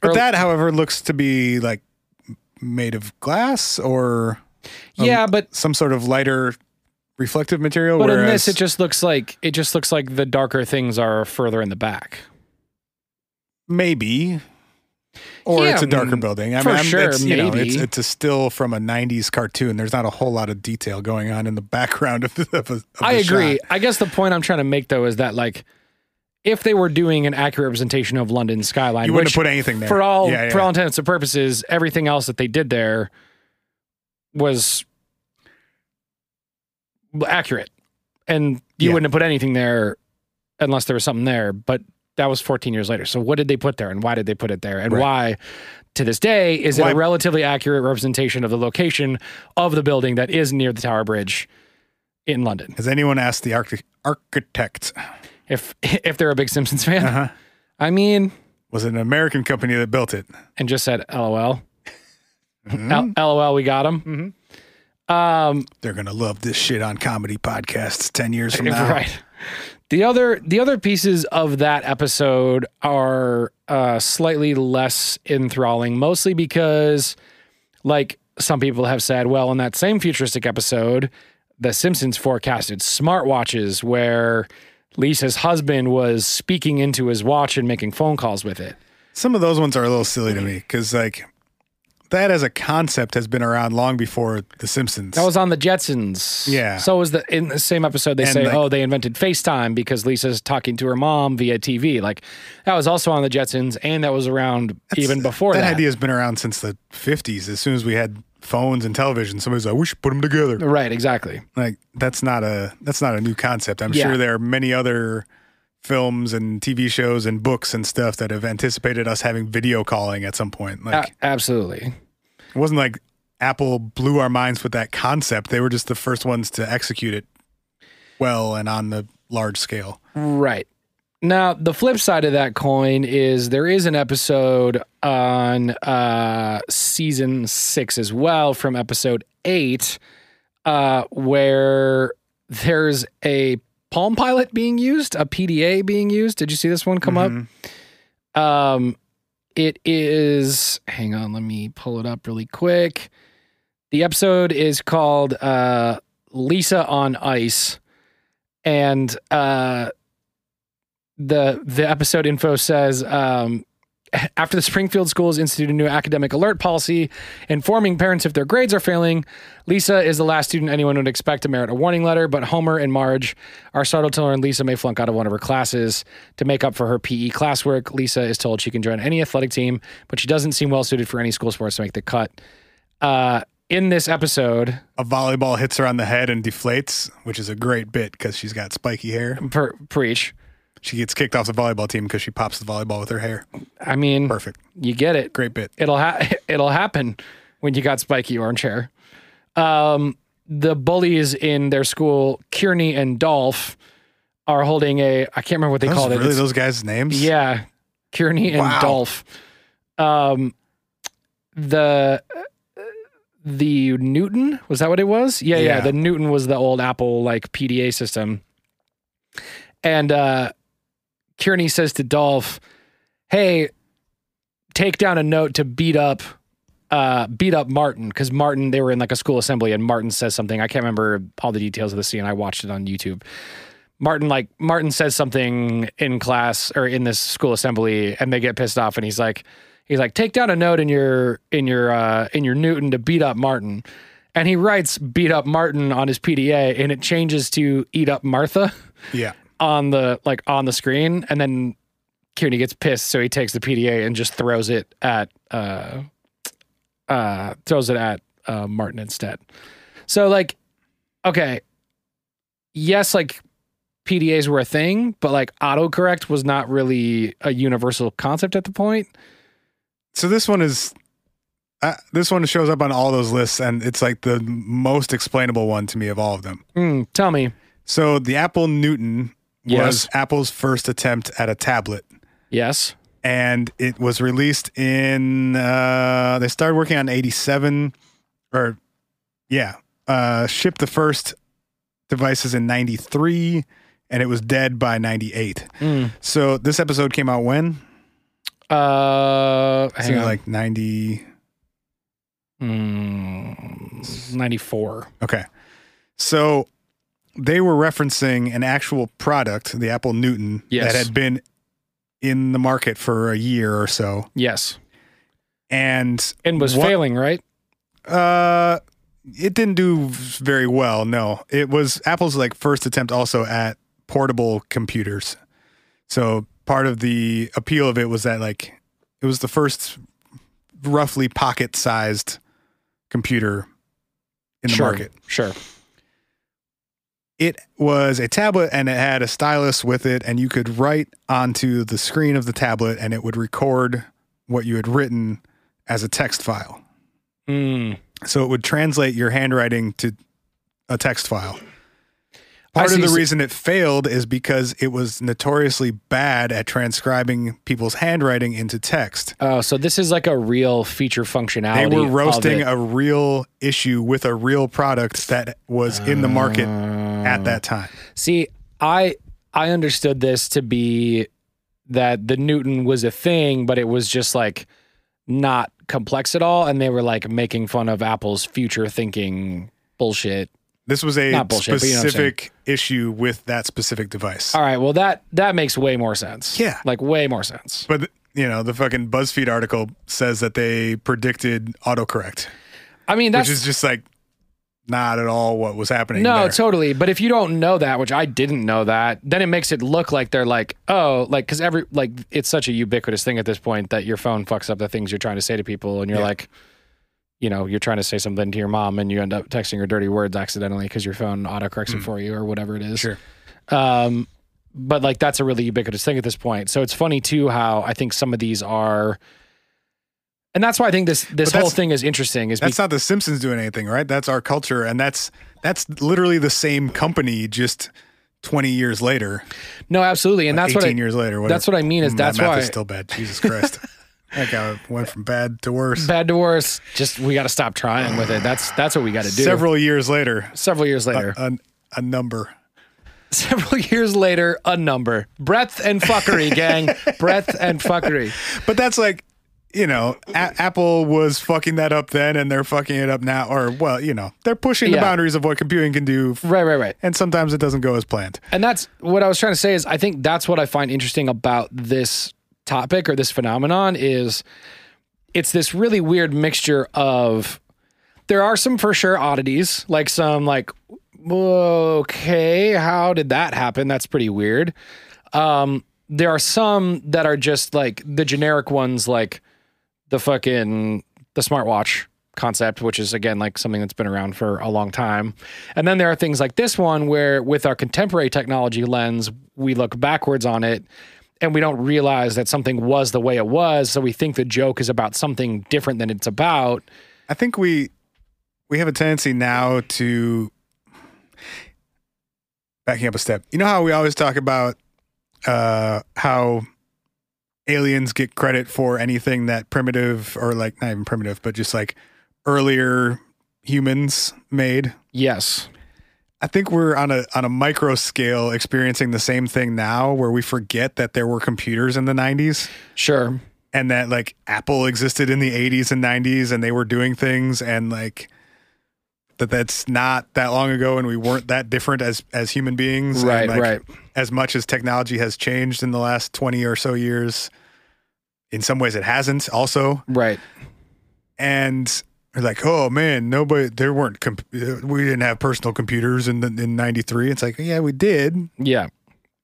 Speaker 2: But
Speaker 3: Or-
Speaker 2: that, however, looks to be like m- made of glass or Um,
Speaker 3: yeah, but
Speaker 2: some sort of lighter reflective material.
Speaker 3: but in
Speaker 2: whereas,
Speaker 3: this it just looks like it just looks like the darker things are further in the back.
Speaker 2: maybe. Or
Speaker 3: Yeah,
Speaker 2: it's a
Speaker 3: I
Speaker 2: darker
Speaker 3: mean,
Speaker 2: building. I
Speaker 3: for
Speaker 2: mean, I'm-
Speaker 3: sure,
Speaker 2: it's, you know,
Speaker 3: maybe.
Speaker 2: it's, it's a still from a '90s cartoon. There's not a whole lot of detail going on in the [laughs] background of the. Of a, of
Speaker 3: I
Speaker 2: the
Speaker 3: agree.
Speaker 2: shot.
Speaker 3: I guess the point I'm trying to make though is that like if they were doing an accurate representation of London's skyline,
Speaker 2: You wouldn't
Speaker 3: which
Speaker 2: have put anything there
Speaker 3: for all
Speaker 2: Yeah, yeah.
Speaker 3: for all intents and purposes, everything else that they did there was accurate, and you
Speaker 2: Yeah.
Speaker 3: wouldn't have put anything there unless there was something there. But that was 14 years later. So what did they put there, and why did they put it there, and
Speaker 2: Right.
Speaker 3: why? To this day, is
Speaker 2: Why-
Speaker 3: it a relatively accurate representation of the location of the building that is near the Tower Bridge in London?
Speaker 2: Has anyone asked the archi- architect?
Speaker 3: If [laughs] if they're a big Simpsons fan,
Speaker 2: Uh-huh.
Speaker 3: I mean,
Speaker 2: Was it an American company that built it?
Speaker 3: and just said LOL. L- LOL, we got him. Um,
Speaker 2: They're gonna love this shit on comedy podcasts ten years
Speaker 3: [laughs]
Speaker 2: from now.
Speaker 3: Right. The other the other pieces of that episode are uh, slightly less enthralling, mostly because, like some people have said, well, in that same futuristic episode, The Simpsons forecasted smartwatches where Lisa's husband was speaking into his watch and making phone calls with it.
Speaker 2: Some of those ones are a little silly to me because like that as a concept has been around long before The Simpsons.
Speaker 3: That was on the Jetsons.
Speaker 2: Yeah.
Speaker 3: So was the in the same episode they
Speaker 2: And,
Speaker 3: say,
Speaker 2: like-
Speaker 3: oh, they invented FaceTime because Lisa's talking to her mom via TV. Like that was also on the Jetsons, and that was around even before that.
Speaker 2: that idea has been around since the 50s. As soon as we had phones and television, somebody's like, "We should put them together."
Speaker 3: Right. Exactly.
Speaker 2: Like that's not a that's not a new concept. I'm
Speaker 3: Yeah.
Speaker 2: sure there are many other films and TV shows and books and stuff that have anticipated us having video calling at some point. Like
Speaker 3: A- absolutely.
Speaker 2: it wasn't like Apple blew our minds with that concept. They were just the first ones to execute it well and on the large scale.
Speaker 3: Right. Now, the flip side of that coin is there is an episode on uh, season six as well from episode eight uh, where there's a Palm Pilot being used, a PDA being used. Did you see this one come up?
Speaker 2: Mhm.
Speaker 3: Um, it is. Hang on, let me pull it up really quick. The episode is called uh, "Lisa on Ice," and uh, the the episode info says. Um, after the Springfield schools instituted a new academic alert policy informing parents if their grades are failing, Lisa is the last student anyone would expect to merit a warning letter, but Homer and Marge are startled to learn Lisa may flunk out of one of her classes. To make up for her PE classwork, Lisa is told she can join any athletic team, but she doesn't seem well suited for any school sports to make the cut. Uh, in this episode,
Speaker 2: A volleyball hits her on the head and deflates, which is a great bit because she's got spiky hair.
Speaker 3: per- preach.
Speaker 2: She gets kicked off the volleyball team because she pops the volleyball with her hair.
Speaker 3: I mean,
Speaker 2: Perfect.
Speaker 3: you get it.
Speaker 2: Great bit.
Speaker 3: It'll ha- [laughs] it'll happen when you got spiky orange hair. Um, the bullies in their school, Kearney and Dolph, are holding a I can't remember what they
Speaker 2: Those,
Speaker 3: called it.
Speaker 2: really
Speaker 3: It's-
Speaker 2: those guys' names?
Speaker 3: Yeah, Kearney and
Speaker 2: Wow.
Speaker 3: Dolph. Um, the the Newton was that what it was? Yeah, yeah.
Speaker 2: Yeah.
Speaker 3: The Newton was the old Apple like PDA system, and uh, Kearney says to Dolph, "Hey, take down a note to beat up." Uh, beat up Martin because Martin they were in like a school assembly and Martin says something I can't remember all the details of the scene I watched it on YouTube Martin like Martin says something in class or in this school assembly and they get pissed off and he's like he's like take down a note in your in your uh in your Newton to beat up Martin and he writes beat up Martin on his PDA and it changes to eat up Martha [laughs]
Speaker 2: Yeah.
Speaker 3: on the like on the screen and then Kearney gets pissed so he takes the PDA and just throws it at uh uh throws it at uh Martin instead. So like okay. Yes, like PDAs were a thing, but like autocorrect was not really a universal concept at the point.
Speaker 2: So this one is. Uh, this one shows up on all those lists, and it's like the most explainable one to me of all of them.
Speaker 3: Mm, tell me.
Speaker 2: So the Apple Newton
Speaker 3: Yes.
Speaker 2: was Apple's first attempt at a tablet,
Speaker 3: Yes.
Speaker 2: and it was released in. Uh, they started working on '87, or yeah, uh, shipped the first devices in '93, and it was dead by '98.
Speaker 3: Mm.
Speaker 2: So this episode came out when?
Speaker 3: Uh hang
Speaker 2: Seemed
Speaker 3: on.
Speaker 2: like '90.
Speaker 3: Mm, 94.
Speaker 2: Okay. So they were referencing an actual product, the Apple Newton,
Speaker 3: Yes.
Speaker 2: that had been in the market for a year or so.
Speaker 3: Yes.
Speaker 2: And
Speaker 3: And was
Speaker 2: What-
Speaker 3: failing, right?
Speaker 2: uh it didn't do very well, no. It was Apple's like first attempt also at portable computers. So part of the appeal of it was that like it was the first roughly pocket-sized computer in the
Speaker 3: sure.
Speaker 2: market.
Speaker 3: Sure.
Speaker 2: it was a tablet and it had a stylus with it and you could write onto the screen of the tablet and it would record what you had written as a text file
Speaker 3: Mm.
Speaker 2: so it would translate your handwriting to a text file
Speaker 3: I
Speaker 2: part of
Speaker 3: see.
Speaker 2: the reason it failed is because it was notoriously bad at transcribing people's handwriting into text
Speaker 3: Oh, so this is like a real feature
Speaker 2: they
Speaker 3: functionality.
Speaker 2: were roasting
Speaker 3: of it.
Speaker 2: a real issue with a real product that was in the market at that
Speaker 3: Oh.
Speaker 2: time
Speaker 3: See, I I understood this to be that the Newton was a thing, but it was just like not complex at all, and they were like making fun of Apple's future thinking bullshit.
Speaker 2: This was a
Speaker 3: Not bullshit, but you know what I'm
Speaker 2: specific issue with that specific device.
Speaker 3: All right, well that that makes way more sense.
Speaker 2: Yeah.
Speaker 3: like way more sense.
Speaker 2: But you know, the fucking BuzzFeed article says that they predicted autocorrect,
Speaker 3: I mean, that's
Speaker 2: which is just like not at all what was happening.
Speaker 3: No,
Speaker 2: there.
Speaker 3: totally. But if you don't know that, which I didn't know that, then it makes it look like they're like, oh, like because every like it's such a ubiquitous thing at this point that your phone fucks up the things you're trying to say to people, and you're
Speaker 2: Yeah.
Speaker 3: like, you know, you're trying to say something to your mom, and you end up
Speaker 2: Hmm.
Speaker 3: texting her dirty words accidentally because your phone autocorrects it for you or whatever it is.
Speaker 2: Sure.
Speaker 3: Um, but like that's a really ubiquitous thing at this point. So it's funny too how I think some of these are, and that's why I think this this
Speaker 2: But
Speaker 3: whole
Speaker 2: that's-
Speaker 3: thing is interesting. Is
Speaker 2: That's
Speaker 3: because,
Speaker 2: not the Simpsons doing anything, right? That's our culture, and that's that's literally the same company, just twenty years later,
Speaker 3: no, absolutely, and that's what I,
Speaker 2: eighteen years later.
Speaker 3: that's what I mean is
Speaker 2: Mm,
Speaker 3: that's
Speaker 2: that math
Speaker 3: why
Speaker 2: is still bad. Jesus
Speaker 3: [laughs]
Speaker 2: Christ! like I went from bad to worse.
Speaker 3: bad to worse. Just we got to stop trying with it. That's that's what we got to do.
Speaker 2: Several years later,
Speaker 3: several years later,
Speaker 2: a, a number.
Speaker 3: Uh, several years later, a number breadth and fuckery, [laughs] gang, breadth and fuckery.
Speaker 2: But that's like, you know, a- Apple was fucking that up then, and they're fucking it up now. Or well, you know, they're pushing
Speaker 3: Yeah.
Speaker 2: the boundaries of what computing can do, f-
Speaker 3: Right, right, right.
Speaker 2: and sometimes it doesn't go as planned.
Speaker 3: And that's what I was trying to say is I think that's what I find interesting about this topic or this phenomenon is it's this really weird mixture of there are some for sure oddities, like some like okay, how did that happen? That's pretty weird. Um there are some that are just like the generic ones like the fucking the smartwatch concept which is again like something that's been around for a long time and then there are things like this one where with our contemporary technology lens we look backwards on it and we don't realize that something was the way it was so we think the joke is about something different than it's about
Speaker 2: I think we we have a tendency now to backing up a step. You know how we always talk about uh how aliens get credit for anything that primitive or like not even primitive, but just like earlier humans made.
Speaker 3: yes
Speaker 2: I think we're on a on a micro scale experiencing the same thing now where we forget that there were computers in the 90s
Speaker 3: sure
Speaker 2: and that like Apple existed in the 80s and 90s and they were doing things and like that that's not that long ago and we weren't that different as as human beings and,
Speaker 3: Right,
Speaker 2: like,
Speaker 3: right.
Speaker 2: as much as technology has changed in the last 20 or so years in some ways it hasn't also
Speaker 3: right
Speaker 2: and we're like oh man nobody there weren't comp- we didn't have personal computers in the, in 93 it's like yeah we did
Speaker 3: yeah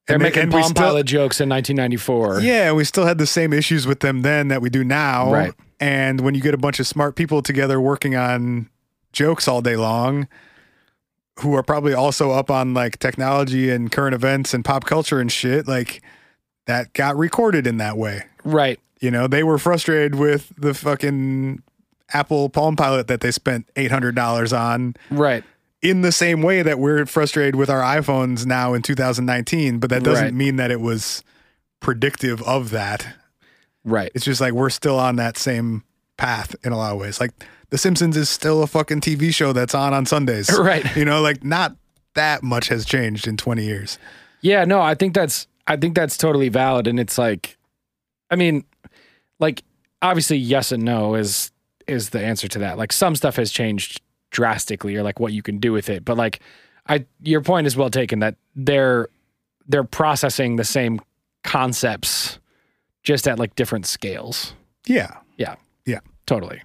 Speaker 3: they're
Speaker 2: And they-
Speaker 3: making
Speaker 2: and we
Speaker 3: bomb
Speaker 2: still-
Speaker 3: pilot jokes in 1994
Speaker 2: Yeah, we still had the same issues with them then that we do now.
Speaker 3: Right.
Speaker 2: And when you get a bunch of smart people together working on jokes all day long, who are probably also up on like technology and current events and pop culture and shit, like that got recorded in that way.
Speaker 3: right
Speaker 2: You know, they were frustrated with the fucking Apple Palm Pilot that they spent $800 on
Speaker 3: right
Speaker 2: in the same way that we're frustrated with our iPhones now in 2019, but that doesn't
Speaker 3: Right.
Speaker 2: mean that it was predictive of that.
Speaker 3: right
Speaker 2: It's just like we're still on that same path in a lot of ways. Like The Simpsons is still a fucking TV show that's on on Sundays.
Speaker 3: Right.
Speaker 2: You know, like not that much has changed in 20 years.
Speaker 3: Yeah, no, I think that's I think that's totally valid and it's like I mean, like obviously yes and no is is the answer to that. Like some stuff has changed drastically or like what you can do with it, but like I your point is well taken that they're they're processing the same concepts just at like different scales.
Speaker 2: Yeah.
Speaker 3: Yeah.
Speaker 2: Yeah.
Speaker 3: Totally.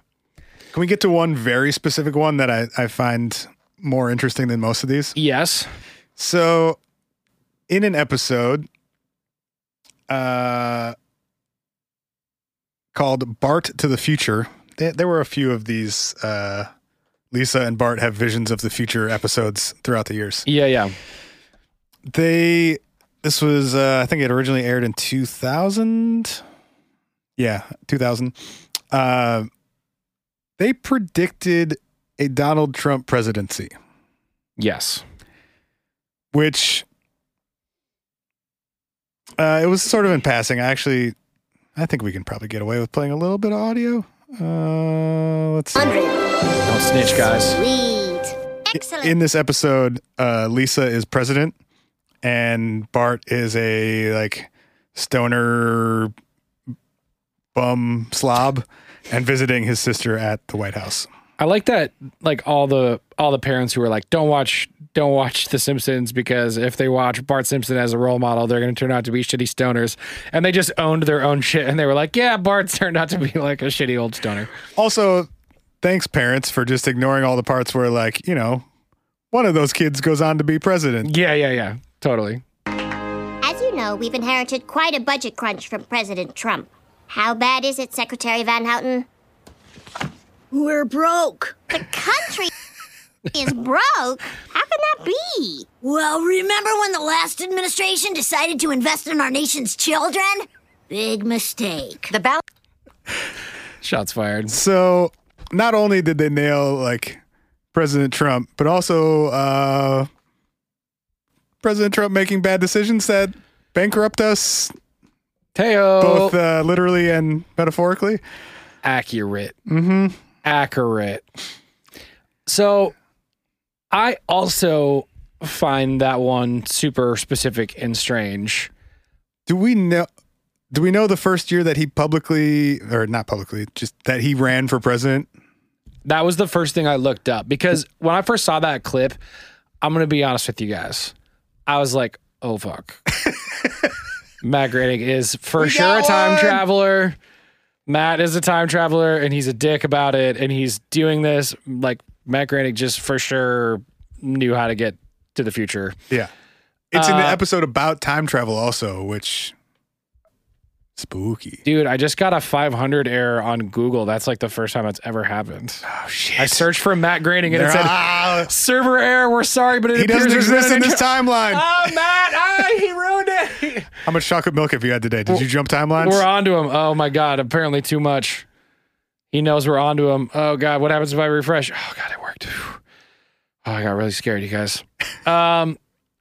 Speaker 2: Can we get to one very specific one that I, I find more interesting than most of these?
Speaker 3: Yes.
Speaker 2: So, in an episode uh, called Bart to the Future, there, there were a few of these uh, Lisa and Bart have visions of the future episodes throughout the years.
Speaker 3: Yeah, yeah.
Speaker 2: They, this was, uh, I think it originally aired in 2000. Yeah, 2000. Uh, they predicted a Donald Trump presidency.
Speaker 3: Yes.
Speaker 2: which uh, it was sort of in passing. I actually, I think we can probably get away with playing a little bit of audio. Uh, let's see.
Speaker 3: Don't snitch, guys.
Speaker 6: Sweet. Excellent.
Speaker 2: In this episode, uh, Lisa is president, and Bart is a like stoner bum slob, and visiting his sister at the White House.
Speaker 3: I like that like all the all the parents who are like, don't watch don't watch The Simpsons because if they watch Bart Simpson as a role model, they're gonna turn out to be shitty stoners. And they just owned their own shit and they were like, Yeah, Bart [laughs] turned out to be like a shitty old stoner.
Speaker 2: Also, thanks parents for just ignoring all the parts where like you know one of those kids goes on to be president.
Speaker 3: Yeah, yeah, yeah. Totally.
Speaker 6: As you know, we've inherited quite a budget crunch from President Trump. How bad is it, Secretary Van Houten?
Speaker 7: We're broke.
Speaker 6: The country [laughs] is broke? How can that be?
Speaker 7: Well, remember when the last administration decided to invest in our nation's children? Big mistake.
Speaker 8: The balance.
Speaker 3: Shots fired.
Speaker 2: So not only did they nail like President Trump, but also uh, President Trump making bad decisions that bankrupt us
Speaker 3: Teo.
Speaker 2: both uh, literally and metaphorically.
Speaker 3: accurate. Mm-hmm. Accurate. So I also find that one super specific and strange.
Speaker 2: Do we know? Do we know the first year that he publicly, or not publicly, just that he ran for president?
Speaker 3: That was the first thing I looked up because when I first saw that clip, I'm going to be honest with you guys. I was like,
Speaker 2: [laughs]
Speaker 3: oh, fuck. Matt Groening is for sure a time traveler. Matt is a time traveler and he's a dick about it. And he's doing this. Like, Matt Groening just for sure knew how to get to the future.
Speaker 2: Yeah, it's in the
Speaker 3: Uh,
Speaker 2: episode about time travel, also, which spooky.
Speaker 3: Dude, I just got a 500 error on Google. That's like the first time it's ever happened.
Speaker 2: Oh shit!
Speaker 3: I searched for Matt Groening and
Speaker 2: They're-
Speaker 3: it said,
Speaker 2: ah,
Speaker 3: server error, we're sorry, but it
Speaker 2: he doesn't
Speaker 3: appears there's been
Speaker 2: exist
Speaker 3: an
Speaker 2: in this
Speaker 3: [laughs] inter-
Speaker 2: timeline.
Speaker 3: Oh, Matt, ah, he ruined it.
Speaker 2: How much chocolate milk have you had today? Did you jump timelines?
Speaker 3: we're onto him. Oh, my God. Apparently, too much. He knows we're onto him. Oh, God. What happens if I refresh? Oh, God, it worked. Whew. Oh, I got really scared, you guys. Um,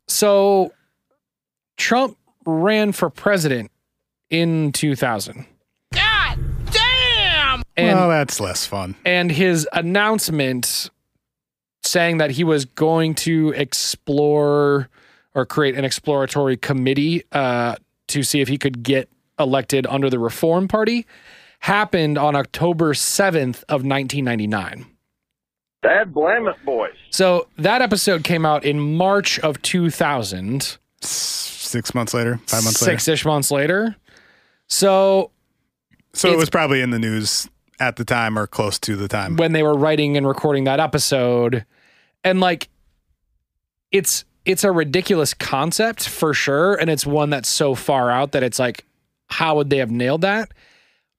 Speaker 3: so, Trump ran for president in 2000.
Speaker 1: God damn!
Speaker 3: And
Speaker 2: well, that's less fun.
Speaker 3: and his announcement saying that he was going to explore or create an exploratory committee uh, to see if he could get elected under the Reform Party happened on October 7th of 1999.
Speaker 9: Dad, blame it, boys.
Speaker 3: So that episode came out in March of 2000.
Speaker 2: Six months later, five months later.
Speaker 3: Six-ish months later. So
Speaker 2: So it
Speaker 3: it's-
Speaker 2: was probably in the news at the time or close to the time.
Speaker 3: when they were writing and recording that episode and like it's it's a ridiculous concept for sure and it's one that's so far out that it's like how would they have nailed that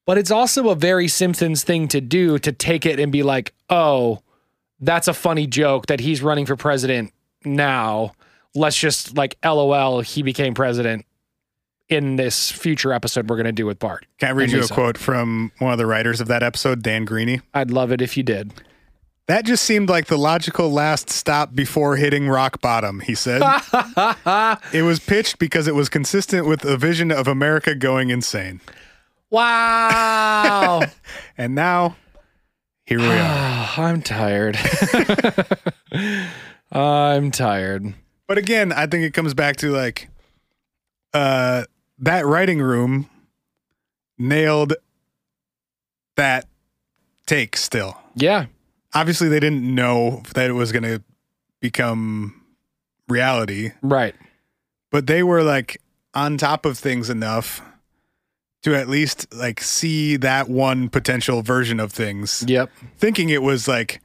Speaker 3: but it's also a very simpsons thing to do to take it and be like oh that's a funny joke that he's running for president now let's just like lol he became president in this future episode we're going to do with bart
Speaker 2: Can I read
Speaker 3: and
Speaker 2: you a
Speaker 3: Lisa.
Speaker 2: quote from one of the writers of that episode, Dan Greeny?
Speaker 3: i'd love it if you did
Speaker 2: That just seemed like the logical last stop before hitting rock bottom, he said. it was pitched because it was consistent with a vision of America going insane.
Speaker 3: wow
Speaker 2: And now, here we
Speaker 3: [sighs]
Speaker 2: are.
Speaker 3: Ah, I'm tired. [laughs] I'm tired.
Speaker 2: But again, I think it comes back to like uh that writing room nailed that take still.
Speaker 3: Yeah.
Speaker 2: Obviously they didn't know that it was going to become reality,
Speaker 3: Right.
Speaker 2: but they were like on top of things enough to at least like see that one potential version of things
Speaker 3: Yep.
Speaker 2: thinking it was like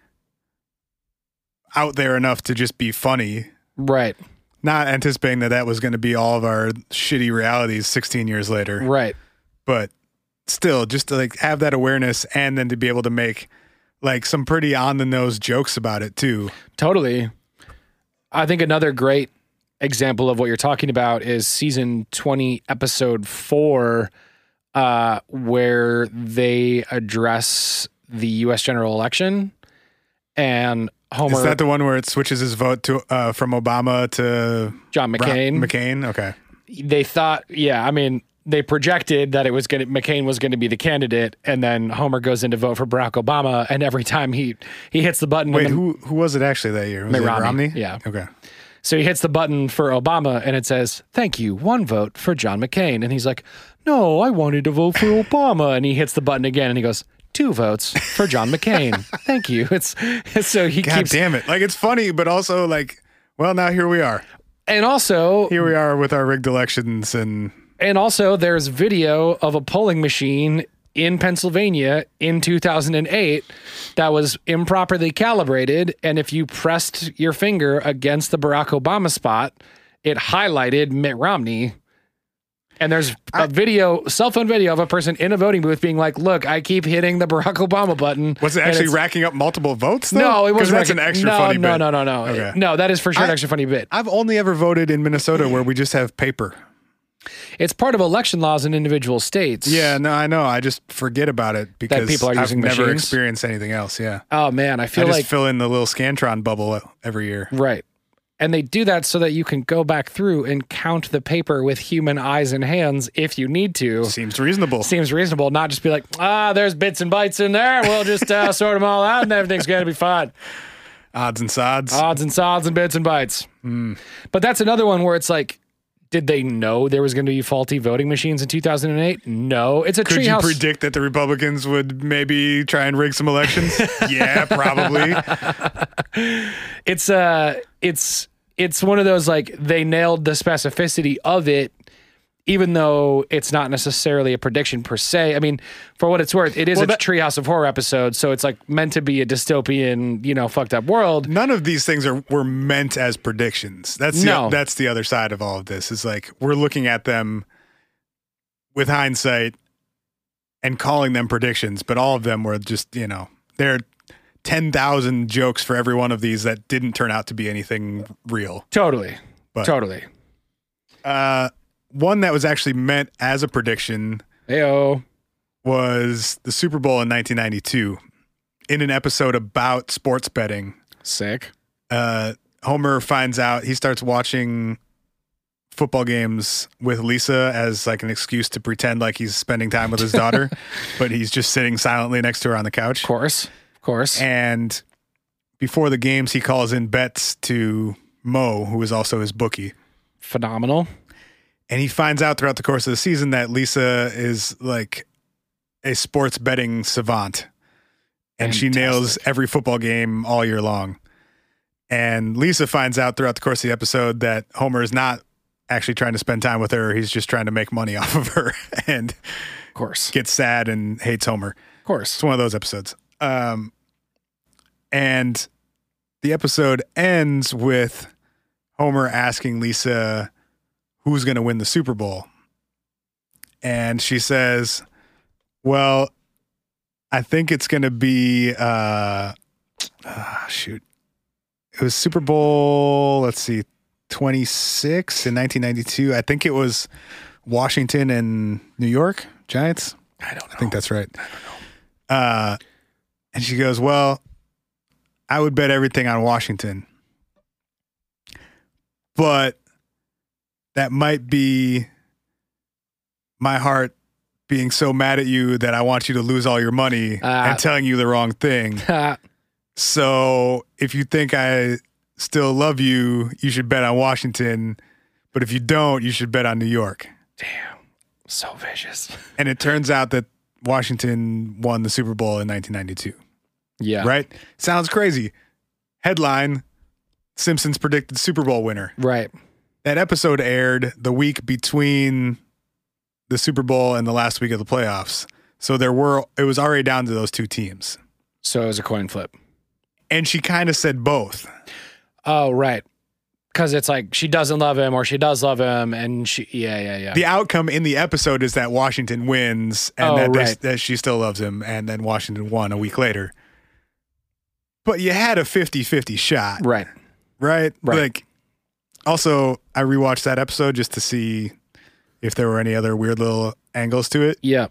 Speaker 2: out there enough to just be funny
Speaker 3: Right.
Speaker 2: not anticipating that that was going to be all of our shitty realities 16 years later
Speaker 3: Right.
Speaker 2: but still just to like have that awareness and then to be able to make like some pretty on the nose jokes about it too
Speaker 3: Totally. I think another great example of what you're talking about is season 20, episode four, uh, where they address the U.S. general election and Homer,
Speaker 2: is that the one where it switches his vote to uh from obama to
Speaker 3: John
Speaker 2: Ron-
Speaker 3: McCain.
Speaker 2: mccain okay
Speaker 3: they thought, yeah, I mean, they projected that it was going to McCain was going to be the candidate, and then Homer goes in to vote for Barack Obama, and every time he he hits the button, when
Speaker 2: Wait,
Speaker 3: the-
Speaker 2: who who was it actually that year? Was
Speaker 3: Mitt
Speaker 2: it
Speaker 3: Romney,
Speaker 2: Romney?
Speaker 3: yeah.
Speaker 2: Okay.
Speaker 3: so he hits the button for Obama, and it says, "Thank you, one vote for John McCain," and he's like, "No, I wanted to vote for Obama," and he hits the button again, and he goes. Two votes for
Speaker 2: [laughs]
Speaker 3: John McCain. Thank you. It's so he
Speaker 2: God
Speaker 3: keeps
Speaker 2: damn it! Like it's funny, but also like, well, now here we are.
Speaker 3: and also
Speaker 2: Here we are with our rigged elections, and
Speaker 3: And also, there's video of a polling machine in Pennsylvania in 2008 that was improperly calibrated. And if you pressed your finger against the Barack Obama spot, it highlighted Mitt Romney And there's a video, cell phone video of a person in a voting booth being like, "Look, I keep hitting the Barack Obama button."
Speaker 2: Was it
Speaker 3: and
Speaker 2: actually
Speaker 3: it's-
Speaker 2: racking up multiple votes? Though?
Speaker 3: No, it
Speaker 2: 'Cause
Speaker 3: wasn't.
Speaker 2: That's an
Speaker 3: racking-
Speaker 2: extra
Speaker 3: no,
Speaker 2: funny
Speaker 3: no,
Speaker 2: bit.
Speaker 3: No, no, no, no,
Speaker 2: Okay.
Speaker 3: no. That is for sure an
Speaker 2: I-
Speaker 3: extra funny bit.
Speaker 2: I've only ever voted in Minnesota where we just have paper.
Speaker 3: It's part of election laws in individual states.
Speaker 2: Yeah, no, I know. I just forget about it because
Speaker 3: people are
Speaker 2: I've
Speaker 3: using
Speaker 2: never
Speaker 3: machines?
Speaker 2: experienced anything else. Yeah,
Speaker 3: Oh man, I
Speaker 2: I
Speaker 3: feel
Speaker 2: just
Speaker 3: like Mm.
Speaker 2: fill in the little Scantron bubble every year.
Speaker 3: right. And they do that so that you can go back through and count the paper with human eyes and hands if you need to.
Speaker 2: Seems reasonable.
Speaker 3: Seems reasonable, not just be like, ah, there's bits and bytes in there. We'll
Speaker 2: [laughs]
Speaker 3: just uh, sort them all out and everything's going to be fine.
Speaker 2: Odds and sods.
Speaker 3: Odds and sods and bits and bytes.
Speaker 2: Hmm.
Speaker 3: But that's another one where it's like, did they know there was going to be faulty voting machines in 2008? No. It's a
Speaker 2: Could you
Speaker 3: treehouse.
Speaker 2: predict that the Republicans would maybe try and rig some
Speaker 3: [laughs]
Speaker 2: elections? yeah, probably.
Speaker 3: it's uh it's it's one of those like they nailed the specificity of it even though it's not necessarily a prediction per se i mean for what it's worth it is
Speaker 2: Well,
Speaker 3: a
Speaker 2: that-
Speaker 3: treehouse of horror episode so it's like meant to be a dystopian you know fucked up world
Speaker 2: None of these things are were meant as predictions. That's the,
Speaker 3: No.
Speaker 2: that's the other side of all of this. Is like we're looking at them with hindsight and calling them predictions, but all of them were just you know there are ten thousand jokes for every one of these that didn't turn out to be anything real.
Speaker 3: totally
Speaker 2: But-
Speaker 3: totally
Speaker 2: Uh, one that was actually meant as a prediction
Speaker 3: Ayo.
Speaker 2: was the Super Bowl in 1992. In an episode about sports betting,
Speaker 3: sick
Speaker 2: uh, Homer finds out he starts watching football games with Lisa as like an excuse to pretend like he's spending time with his
Speaker 3: [laughs]
Speaker 2: daughter, but he's just sitting silently next to her on the couch.
Speaker 3: of course of course
Speaker 2: And before the games, he calls in bets to Mo, who is also his bookie.
Speaker 3: phenomenal
Speaker 2: And he finds out throughout the course of the season that Lisa is like a sports betting savant and she nails every football game all year long. And Lisa finds out throughout the course of the episode that Homer is not actually trying to spend time with her. He's just trying to make money [laughs] off of her and
Speaker 3: of course
Speaker 2: gets sad and hates Homer.
Speaker 3: of course
Speaker 2: It's one of those episodes. Um, and the episode ends with Homer asking Lisa who's going to win the Super Bowl. And she says, Well, I think it's going to be, uh, ah, shoot. It was Super Bowl, let's see, 26 in 1992. I think it was Washington and New York Giants. I don't know. I think that's right. Uh, and she goes, Well, I would bet everything on Washington. But that might be my heart being so mad at you that I want you to lose all your money
Speaker 3: Ah.
Speaker 2: and telling you the wrong thing.
Speaker 3: Ha.
Speaker 2: So if you think I still love you, you should bet on Washington. But if you don't, you should bet on New York.
Speaker 3: so vicious
Speaker 2: And it turns out that Washington won the Super Bowl in 1992.
Speaker 3: yeah
Speaker 2: Right? Sounds crazy. Headline Simpsons predicted Super Bowl winner.
Speaker 3: right
Speaker 2: That episode aired the week between the Super Bowl and the last week of the playoffs. So there were, it was already down to those two teams.
Speaker 3: so it was a coin flip
Speaker 2: And she kind of said both.
Speaker 3: oh right because it's like she doesn't love him or she does love him and she yeah yeah yeah
Speaker 2: The outcome in the episode is that Washington wins and
Speaker 3: Oh,
Speaker 2: that, they-
Speaker 3: right.
Speaker 2: that she still loves him. And then Washington won a week later. But you had a 50 50 shot.
Speaker 3: right
Speaker 2: right?
Speaker 3: Right.
Speaker 2: Like, also, I rewatched that episode just to see if there were any other weird little angles to it.
Speaker 3: yeah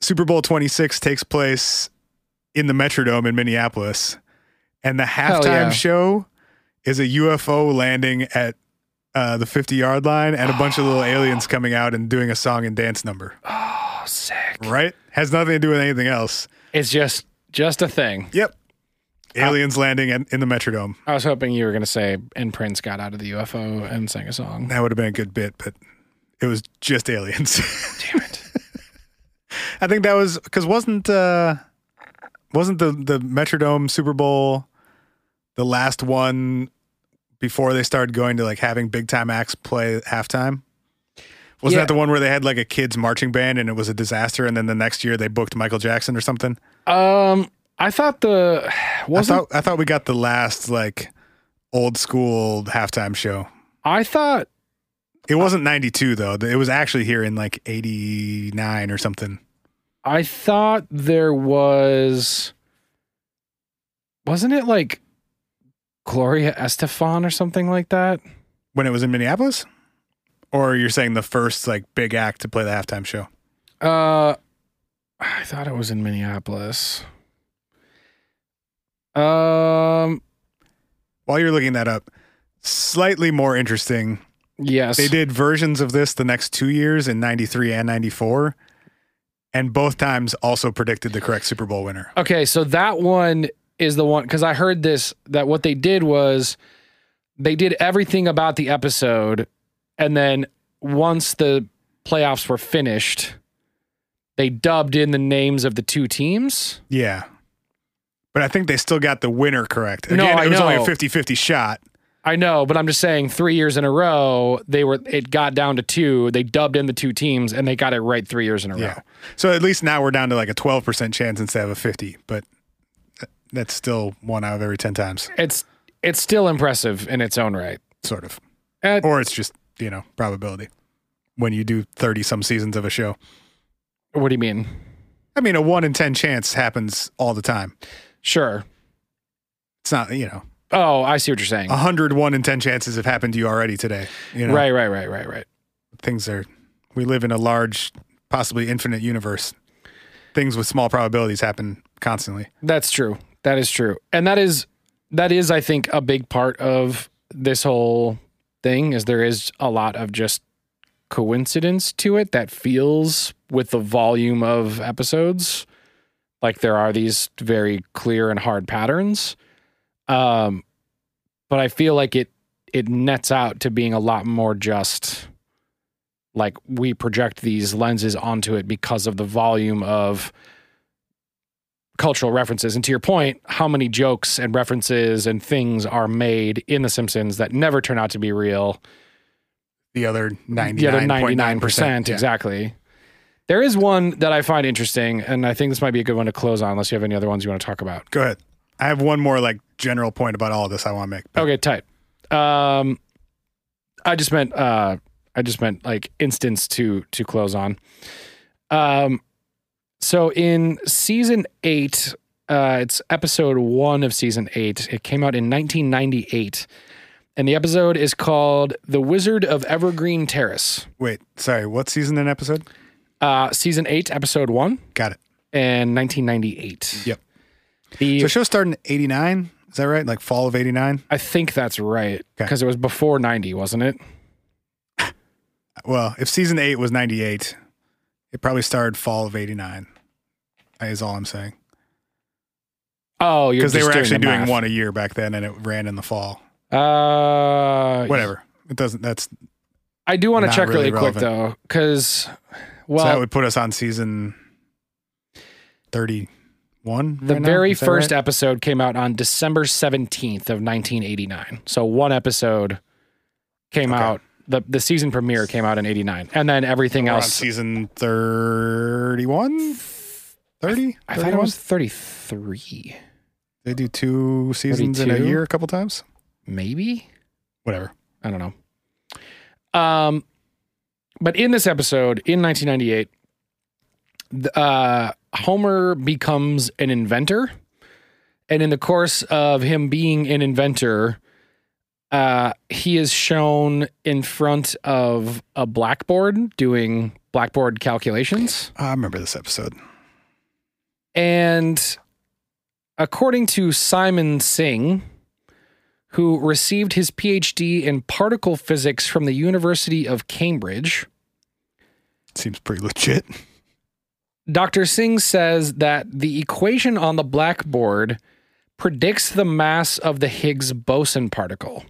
Speaker 2: Super Bowl 26 takes place in the Metrodome in Minneapolis, and the halftime
Speaker 3: yeah.
Speaker 2: show is a UFO landing at uh, the 50 yard line and a bunch of little aliens coming out and doing a song and dance number,
Speaker 3: Oh, sick.
Speaker 2: right? Has nothing to do with anything else.
Speaker 3: It's just just a thing.
Speaker 2: Yep. Aliens landing in, in the Metrodome.
Speaker 3: I was hoping you were going to say, and Prince got out of the UFO and sang a song.
Speaker 2: That would have been a good bit, but it was just aliens. [laughs]
Speaker 3: Damn it.
Speaker 2: I think that was because wasn't uh wasn't the the Metrodome Super Bowl the last one before they started going to like having big time acts play halftime? Wasn't
Speaker 3: Yeah.
Speaker 2: that the one where they had like a kids marching band and it was a disaster? And then the next year they booked Michael Jackson or something.
Speaker 3: Um, I thought the [sighs]
Speaker 2: I
Speaker 3: wasn't.
Speaker 2: thought I thought we got the last like old school halftime show.
Speaker 3: I thought
Speaker 2: It wasn't 92 though. It was actually here in like 89 or something.
Speaker 3: I thought there was wasn't it like Gloria Estefan or something like that?
Speaker 2: When it was in Minneapolis? Or you're saying the first like big act to play the halftime show?
Speaker 3: Uh I thought it was in Minneapolis. Um
Speaker 2: While you're looking that up, slightly more interesting.
Speaker 3: yes.
Speaker 2: They did versions of this the next two years in 93 and 94. And both times also predicted the correct Super Bowl winner.
Speaker 3: Okay, so that one is the one cuz I heard this that what they did was they did everything about the episode and then once the playoffs were finished they dubbed in the names of the two teams.
Speaker 2: Yeah. But I think they still got the winner correct.
Speaker 3: No,
Speaker 2: Again,
Speaker 3: I
Speaker 2: it was only a
Speaker 3: know.
Speaker 2: 50 50 shot.
Speaker 3: I know, but I'm just saying 3 years in a row they were it got down to 2, they dubbed in the two teams and they got it right 3 years in a
Speaker 2: Yeah.
Speaker 3: row.
Speaker 2: So at least now we're down to like a 12% chance instead of a 50, but th- that's still one out of every 10 times,
Speaker 3: It's it's still impressive in its own right.
Speaker 2: sort of.
Speaker 3: Uh,
Speaker 2: Or it's just, you know, probability when you do 30 some seasons of a show.
Speaker 3: what do you mean?
Speaker 2: I mean, a one in 10 chance happens all the time.
Speaker 3: Sure.
Speaker 2: It's not, you know,
Speaker 3: Oh, I see what you're saying.
Speaker 2: a hundred one in 10 chances have happened to you already today. Uh, You know,
Speaker 3: Right, right, right, right, right.
Speaker 2: things are, we live in a large, possibly infinite universe. Things with small probabilities happen constantly.
Speaker 3: That's true. That is true. And that is that is I think a big part of this whole thing is there is a lot of just coincidence to it that feels with the volume of episodes like there are these very clear and hard patterns. Um but I feel like it it nets out to being a lot more just like we project these lenses onto it because of the volume of cultural references. And to your point, how many jokes and references and things are made in The Simpsons that never turn out to be real?
Speaker 2: The other 99.9%.
Speaker 3: The other 99%.
Speaker 2: yeah.
Speaker 3: Exactly. There is one that I find interesting, and I think this might be a good one to close on, unless you have any other ones you want to talk about.
Speaker 2: Go ahead. I have one more like general point about all of this I want to make. but-
Speaker 3: Okay, tight. Um, I just meant uh, I just meant like instance to to close on. Um, so in season eight, uh, it's episode one of season eight. It came out in 1998, and the episode is called "The Wizard of Evergreen Terrace."
Speaker 2: Wait, sorry. What season and episode?
Speaker 3: Uh, season eight, episode one,
Speaker 2: Got it.
Speaker 3: and 1998.
Speaker 2: Yep.
Speaker 3: The
Speaker 2: So show started in 89. Is that right? Like fall of 89?
Speaker 3: I think that's right
Speaker 2: Okay.
Speaker 3: because it was before 90, wasn't it?
Speaker 2: Well, if season eight was 98, it probably started fall of 89. That is all I'm saying.
Speaker 3: Oh, you're
Speaker 2: Because they
Speaker 3: just
Speaker 2: were actually
Speaker 3: the
Speaker 2: doing
Speaker 3: math. Oh,
Speaker 2: one a year back then and it ran in the fall.
Speaker 3: Uh,
Speaker 2: Whatever. It doesn't, that's,
Speaker 3: I do want to
Speaker 2: Not
Speaker 3: check
Speaker 2: really
Speaker 3: really, quick though, because well,
Speaker 2: so that would put us on season 31.
Speaker 3: the
Speaker 2: right now?
Speaker 3: very
Speaker 2: Is that
Speaker 3: first
Speaker 2: right?
Speaker 3: episode came out on December seventeenth of nineteen eighty nine. So one episode came
Speaker 2: Okay.
Speaker 3: out. the The season premiere came out in eighty nine, and then everything
Speaker 2: We're on
Speaker 3: else.
Speaker 2: season 31? 30?
Speaker 3: I thought it
Speaker 2: 31?
Speaker 3: was thirty three,
Speaker 2: They do two seasons in a
Speaker 3: 32?
Speaker 2: year a couple times.
Speaker 3: maybe.
Speaker 2: Whatever.
Speaker 3: I don't know. Um, but in this episode in 1998, the, uh, Homer becomes an inventor, and in the course of him being an inventor, uh, he is shown in front of a blackboard doing blackboard calculations.
Speaker 2: I remember this episode.
Speaker 3: And according to Simon Singh, who received his PhD in particle physics from the University of Cambridge,
Speaker 2: Seems pretty [laughs] legit.
Speaker 3: Dr. Singh says that the equation on the blackboard predicts the mass of the Higgs boson particle.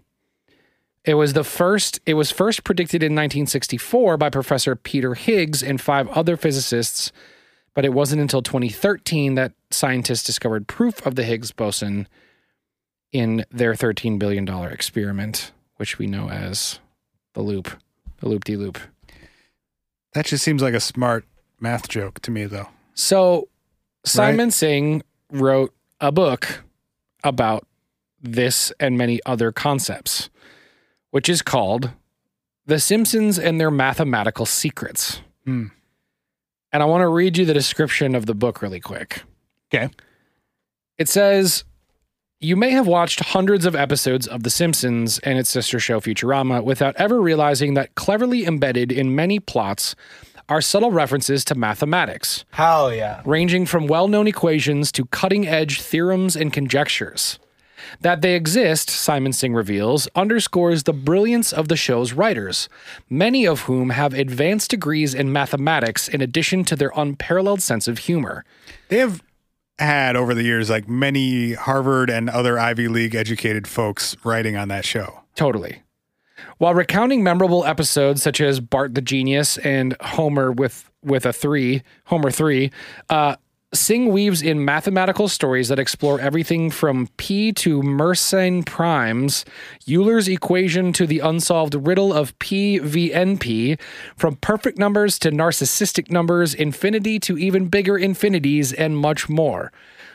Speaker 3: It was the first it was first predicted in 1964 by Professor Peter Higgs and five other physicists, but it wasn't until 2013 that scientists discovered proof of the Higgs boson in their 13 billion dollar experiment, which we know as the loop, the loop de loop.
Speaker 2: That just seems like a smart math joke to me, though.
Speaker 3: So Simon Singh wrote a book about this and many other concepts, which is called The Simpsons and Their Mathematical Secrets. And I want to read you the description of the book really quick.
Speaker 2: Okay.
Speaker 3: It says you may have watched hundreds of episodes of The Simpsons and its sister show Futurama without ever realizing that cleverly embedded in many plots are subtle references to mathematics. Hell yeah. Ranging from well known equations to cutting edge theorems and conjectures. That they exist, Simon Singh reveals, underscores the brilliance of the show's writers, many of whom have advanced degrees in mathematics in addition to their unparalleled sense of humor.
Speaker 2: They have had over the years like many Harvard and other Ivy League educated folks writing on that show.
Speaker 3: Totally. While recounting memorable episodes such as Bart the Genius and Homer with with a three, Homer three, uh, Singh weaves in mathematical stories that explore everything from p to Mersenne primes, Euler's equation to the unsolved riddle of PVNP, from perfect numbers to narcissistic numbers, infinity to even bigger infinities, and much more.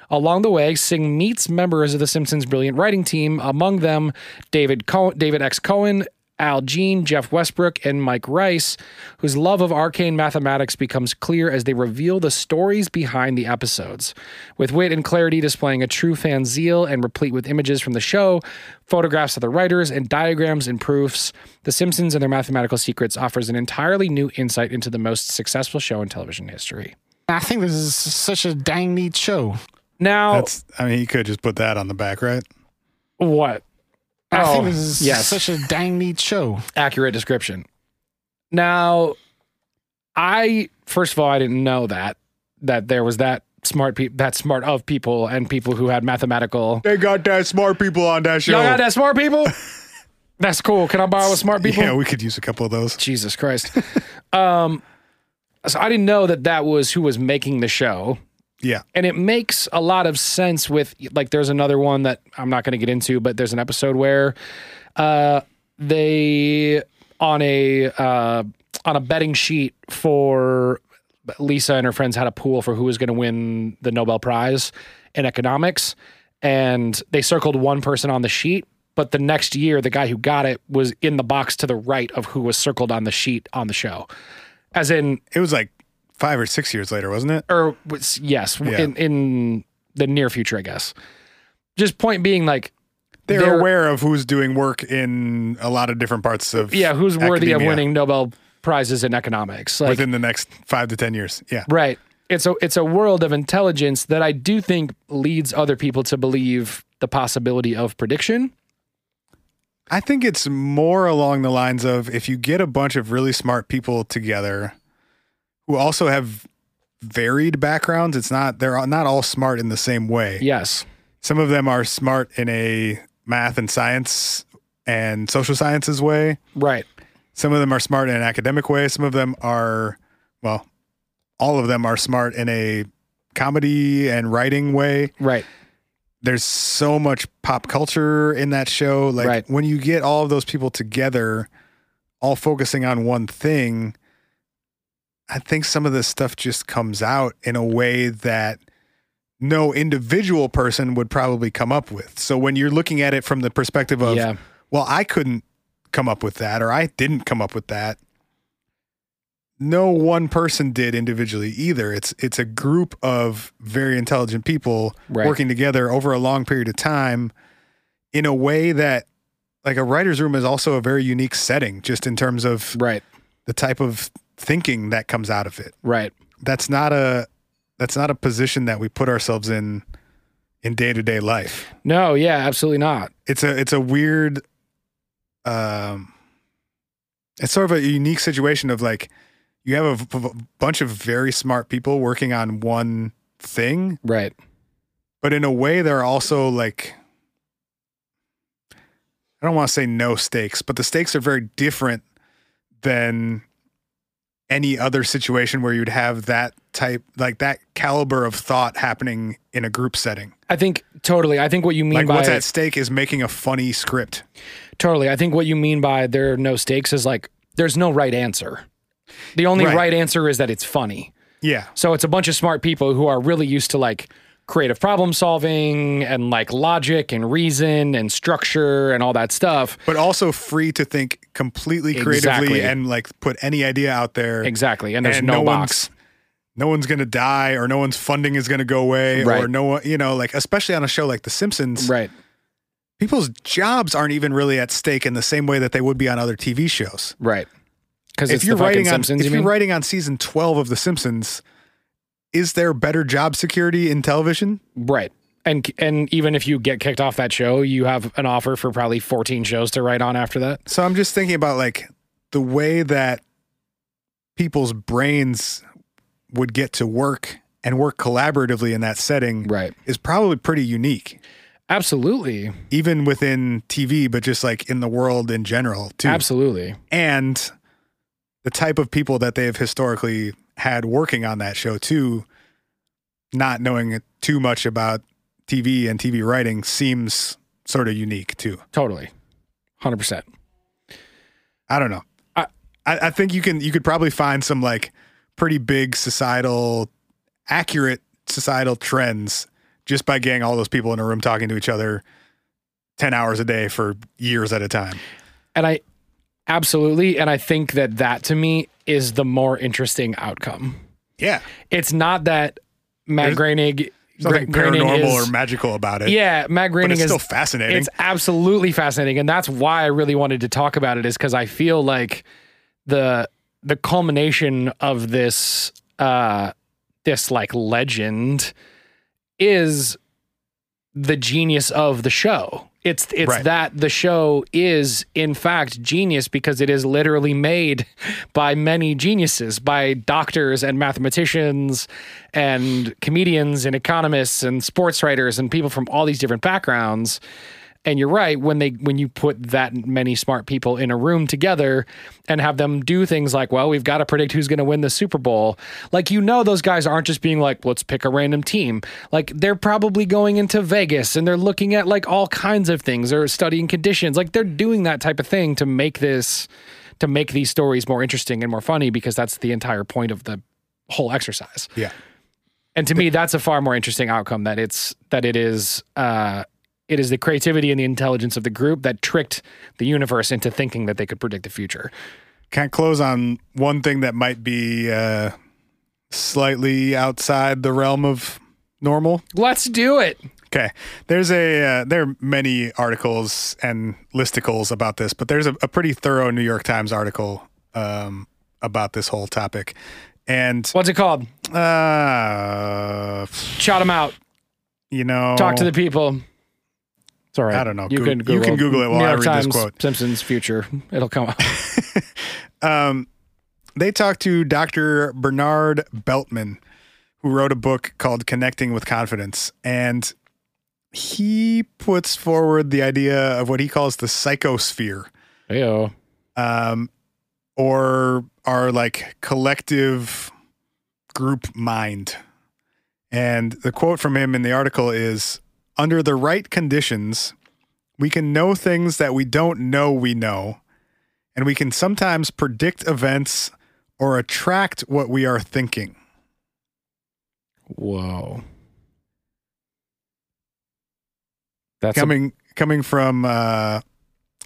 Speaker 3: Along the way, Singh meets members of the Simpsons' brilliant writing team, among them David Cohen, David X. Cohen, Al Jean, Jeff Westbrook, and Mike Rice, whose love of arcane mathematics becomes clear as they reveal the stories behind the episodes. With wit and clarity displaying a true fan zeal and replete with images from the show, photographs of the writers, and diagrams and proofs, The Simpsons and Their Mathematical Secrets offers an entirely new insight into the most successful show in television history.
Speaker 8: I think this is such a dang neat show.
Speaker 3: Now,
Speaker 2: That's I mean, you could just put that on the back, right?
Speaker 3: what?
Speaker 8: I
Speaker 3: Oh,
Speaker 8: think this is
Speaker 3: yes.
Speaker 8: such a dang neat show.
Speaker 3: accurate description. Now, I first of all, I didn't know that that there was that smart pe- that smart of people and people who had mathematical.
Speaker 2: They got that smart people on that show.
Speaker 3: Y'all got that smart people? That's cool. Can I borrow a smart people?
Speaker 2: Yeah, we could use a couple of those.
Speaker 3: Jesus Christ. [laughs] um, so I didn't know that that was who was making the show.
Speaker 2: Yeah.
Speaker 3: And it makes a lot of sense with like there's another one that I'm not going to get into, but there's an episode where uh, they on a uh, on a betting sheet for Lisa and her friends had a pool for who was going to win the Nobel Prize in economics, and they circled one person on the sheet. But the next year, the guy who got it was in the box to the right of who was circled on the sheet on the show, as in
Speaker 2: It was like five or six years later, wasn't it?
Speaker 3: or was- yes, w-
Speaker 2: Yeah.
Speaker 3: in, in the near future, I guess. Just point being, like,
Speaker 2: They're,
Speaker 3: They're-
Speaker 2: aware of who's doing work in a lot of different parts of
Speaker 3: yeah, who's worthy of
Speaker 2: academia
Speaker 3: winning Nobel prizes in economics? Like,
Speaker 2: within the next five to ten years. Yeah.
Speaker 3: right? It's a it's a world of intelligence that I do think leads other people to believe the possibility of prediction.
Speaker 2: I think it's more along the lines of if you get a bunch of really smart people together who also have varied backgrounds, it's not they're not all smart in the same way.
Speaker 3: Yes,
Speaker 2: Some of them are smart in a math and science and social sciences way.
Speaker 3: right.
Speaker 2: Some of them are smart in an academic way. Some of them are, well, all of them are smart in a comedy and writing way.
Speaker 3: Right.
Speaker 2: There's so much pop culture in that show. Like
Speaker 3: Right.
Speaker 2: when you get all of those people together, all focusing on one thing, I think some of this stuff just comes out in a way that no individual person would probably come up with. So when you're looking at it from the perspective of,
Speaker 3: Yeah.
Speaker 2: well, I couldn't come up with that or I didn't come up with that. No one person did individually either. It's it's a group of very intelligent people
Speaker 3: Right.
Speaker 2: working together over a long period of time in a way that like a writer's room is also a very unique setting just in terms of
Speaker 3: Right.
Speaker 2: the type of thinking that comes out of it.
Speaker 3: Right.
Speaker 2: That's not a that's not a position that we put ourselves in in day-to-day life
Speaker 3: No. Yeah. Absolutely not.
Speaker 2: it's a it's a weird um it's sort of a unique situation of like you have a v- v- bunch of very smart people working on one thing
Speaker 3: Right.
Speaker 2: but in a way there are also like i don't want to say no stakes but the stakes are very different than any other situation where you'd have that type like that caliber of thought happening in a group setting
Speaker 3: I think totally. I think what you mean
Speaker 2: like
Speaker 3: by
Speaker 2: what's at stake is making a funny script
Speaker 3: Totally. I think what you mean by there are no stakes is like there's no right answer. The only
Speaker 2: Right.
Speaker 3: right answer is that it's funny.
Speaker 2: yeah
Speaker 3: So it's a bunch of smart people who are really used to like creative problem solving and like logic and reason and structure and all that stuff.
Speaker 2: but also free to think completely creatively
Speaker 3: Exactly.
Speaker 2: and like put any idea out there.
Speaker 3: Exactly. And there's no, box.
Speaker 2: One's, no one's gonna die, or no one's funding is gonna go away, or
Speaker 3: Right.
Speaker 2: no one, you know, like especially on a show like The Simpsons,
Speaker 3: Right.
Speaker 2: people's jobs aren't even really at stake in the same way that they would be on other TV shows.
Speaker 3: Right. Because
Speaker 2: If
Speaker 3: it's
Speaker 2: you're
Speaker 3: the fucking
Speaker 2: writing on,
Speaker 3: Simpsons,
Speaker 2: if
Speaker 3: you
Speaker 2: you are
Speaker 3: mean?
Speaker 2: writing on season twelve of The Simpsons, is there better job security in television?
Speaker 3: right. And and even if you get kicked off that show, you have an offer for probably 14 shows to write on after that.
Speaker 2: So I'm just thinking about like the way that people's brains would get to work and work collaboratively in that setting
Speaker 3: Right.
Speaker 2: is probably pretty unique,
Speaker 3: Absolutely.
Speaker 2: even within TV, but just like in the world in general too.
Speaker 3: Absolutely.
Speaker 2: And the type of people that they have historically had working on that show too, not knowing too much about TV and TV writing seems sort of unique too.
Speaker 3: Totally. 100%.
Speaker 2: I don't know. I,
Speaker 3: I-
Speaker 2: I, think you can you could probably find some like pretty big societal, accurate societal trends just by getting all those people in a room talking to each other ten hours a day for years at a time.
Speaker 3: And I absolutely and I think that that to me is the more interesting outcome.
Speaker 2: Yeah,
Speaker 3: It's not that Matt Groening
Speaker 2: nothing
Speaker 3: Gr- Groening
Speaker 2: paranormal
Speaker 3: is-
Speaker 2: or magical about it.
Speaker 3: Yeah, Matt
Speaker 2: but
Speaker 3: Groening
Speaker 2: it's
Speaker 3: is
Speaker 2: still fascinating.
Speaker 3: It's absolutely fascinating, and that's why I really wanted to talk about it is because I feel like the the culmination of this uh this like legend is the genius of the show. It's it's
Speaker 2: Right.
Speaker 3: that the show is in fact genius because it is literally made by many geniuses, by doctors and mathematicians and comedians and economists and sports writers and people from all these different backgrounds. And you're right when they when you put that many smart people in a room together and have them do things like, well, we've got to predict who's going to win the Super Bowl. Like you know those guys aren't just being like, let's pick a random team. Like they're probably going into Vegas and they're looking at like all kinds of things or studying conditions. Like they're doing that type of thing to make this to make these stories more interesting and more funny because that's the entire point of the whole exercise.
Speaker 2: yeah,
Speaker 3: And to me, that's a far more interesting outcome that it's that it is uh, it is the creativity and the intelligence of the group that tricked the universe into thinking that they could predict the future.
Speaker 2: can I close on one thing that might be uh, slightly outside the realm of normal.
Speaker 3: Let's do it.
Speaker 2: Okay. There's a uh, there are many articles and listicles about this, but there's a, a pretty thorough New York Times article um, about this whole topic. And
Speaker 3: What's it called?
Speaker 2: uh,
Speaker 3: Shout them out.
Speaker 2: you know,
Speaker 3: Talk to the people. It's all right.
Speaker 2: Oh. I don't know.
Speaker 3: You
Speaker 2: Goo-
Speaker 3: can
Speaker 2: you
Speaker 3: Google,
Speaker 2: can Google it while
Speaker 3: New
Speaker 2: I read
Speaker 3: York
Speaker 2: this
Speaker 3: Times,
Speaker 2: quote.
Speaker 3: Simpsons future. It'll come up. [laughs]
Speaker 2: um, they talked to Dr. Bernard Beltman, who wrote a book called Connecting with Confidence. And he puts forward the idea of what he calls the psychosphere.
Speaker 3: Ew.
Speaker 2: um, or our like collective group mind. And the quote from him in the article is Under the right conditions, we can know things that we don't know we know, and we can sometimes predict events or attract what we are thinking.
Speaker 3: Whoa. That's a-
Speaker 2: coming coming from uh,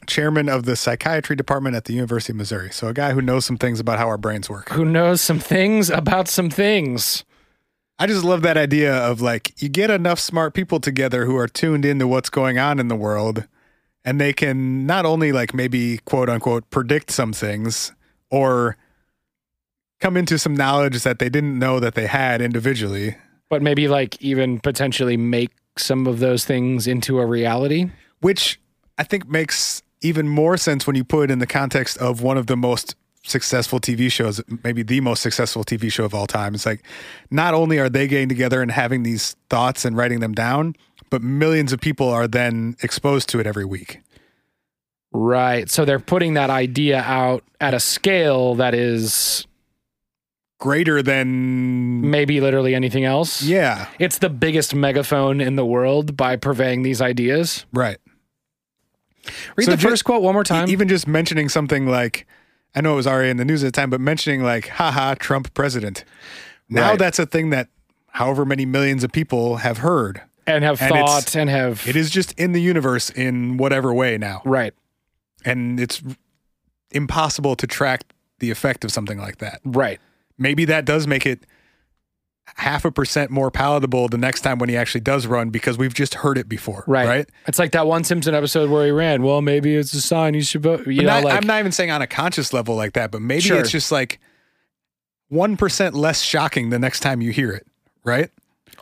Speaker 2: chairman of the psychiatry department at the University of Missouri. So a guy who knows some things about how our brains work.
Speaker 3: who knows some things about some things.
Speaker 2: I just love that idea of like you get enough smart people together who are tuned into what's going on in the world and they can not only like maybe quote unquote predict some things or come into some knowledge that they didn't know that they had individually.
Speaker 3: but maybe like even potentially make some of those things into a reality.
Speaker 2: which I think makes even more sense when you put it in the context of one of the most successful TV shows, maybe the most successful TV show of all time. It's like not only are they getting together and having these thoughts and writing them down, but millions of people are then exposed to it every week.
Speaker 3: Right. So they're putting that idea out at a scale that is
Speaker 2: Greater than
Speaker 3: maybe literally anything else.
Speaker 2: yeah,
Speaker 3: It's the biggest megaphone in the world by purveying these ideas.
Speaker 2: right.
Speaker 3: Read
Speaker 2: So
Speaker 3: the
Speaker 2: ju-
Speaker 3: first quote one more time.
Speaker 2: E- Even just mentioning something like I know it was already in the news at the time, but mentioning like haha Trump president. Now
Speaker 3: Right.
Speaker 2: that's a thing that however many millions of people have heard.
Speaker 3: and have
Speaker 2: And it's-
Speaker 3: thought and have
Speaker 2: It is just in the universe in whatever way now.
Speaker 3: right,
Speaker 2: And it's impossible to track the effect of something like that.
Speaker 3: right.
Speaker 2: Maybe that does make it half a percent more palatable the next time when he actually does run because we've just heard it before.
Speaker 3: Right.
Speaker 2: Right.
Speaker 3: It's like that one Simpson episode where he ran. Well, maybe it's a sign you should vote. You
Speaker 2: But
Speaker 3: know,
Speaker 2: not-
Speaker 3: like,
Speaker 2: I'm not even saying on a conscious level like that, but maybe
Speaker 3: Sure.
Speaker 2: it's just like 1% less shocking the next time you hear it. Right.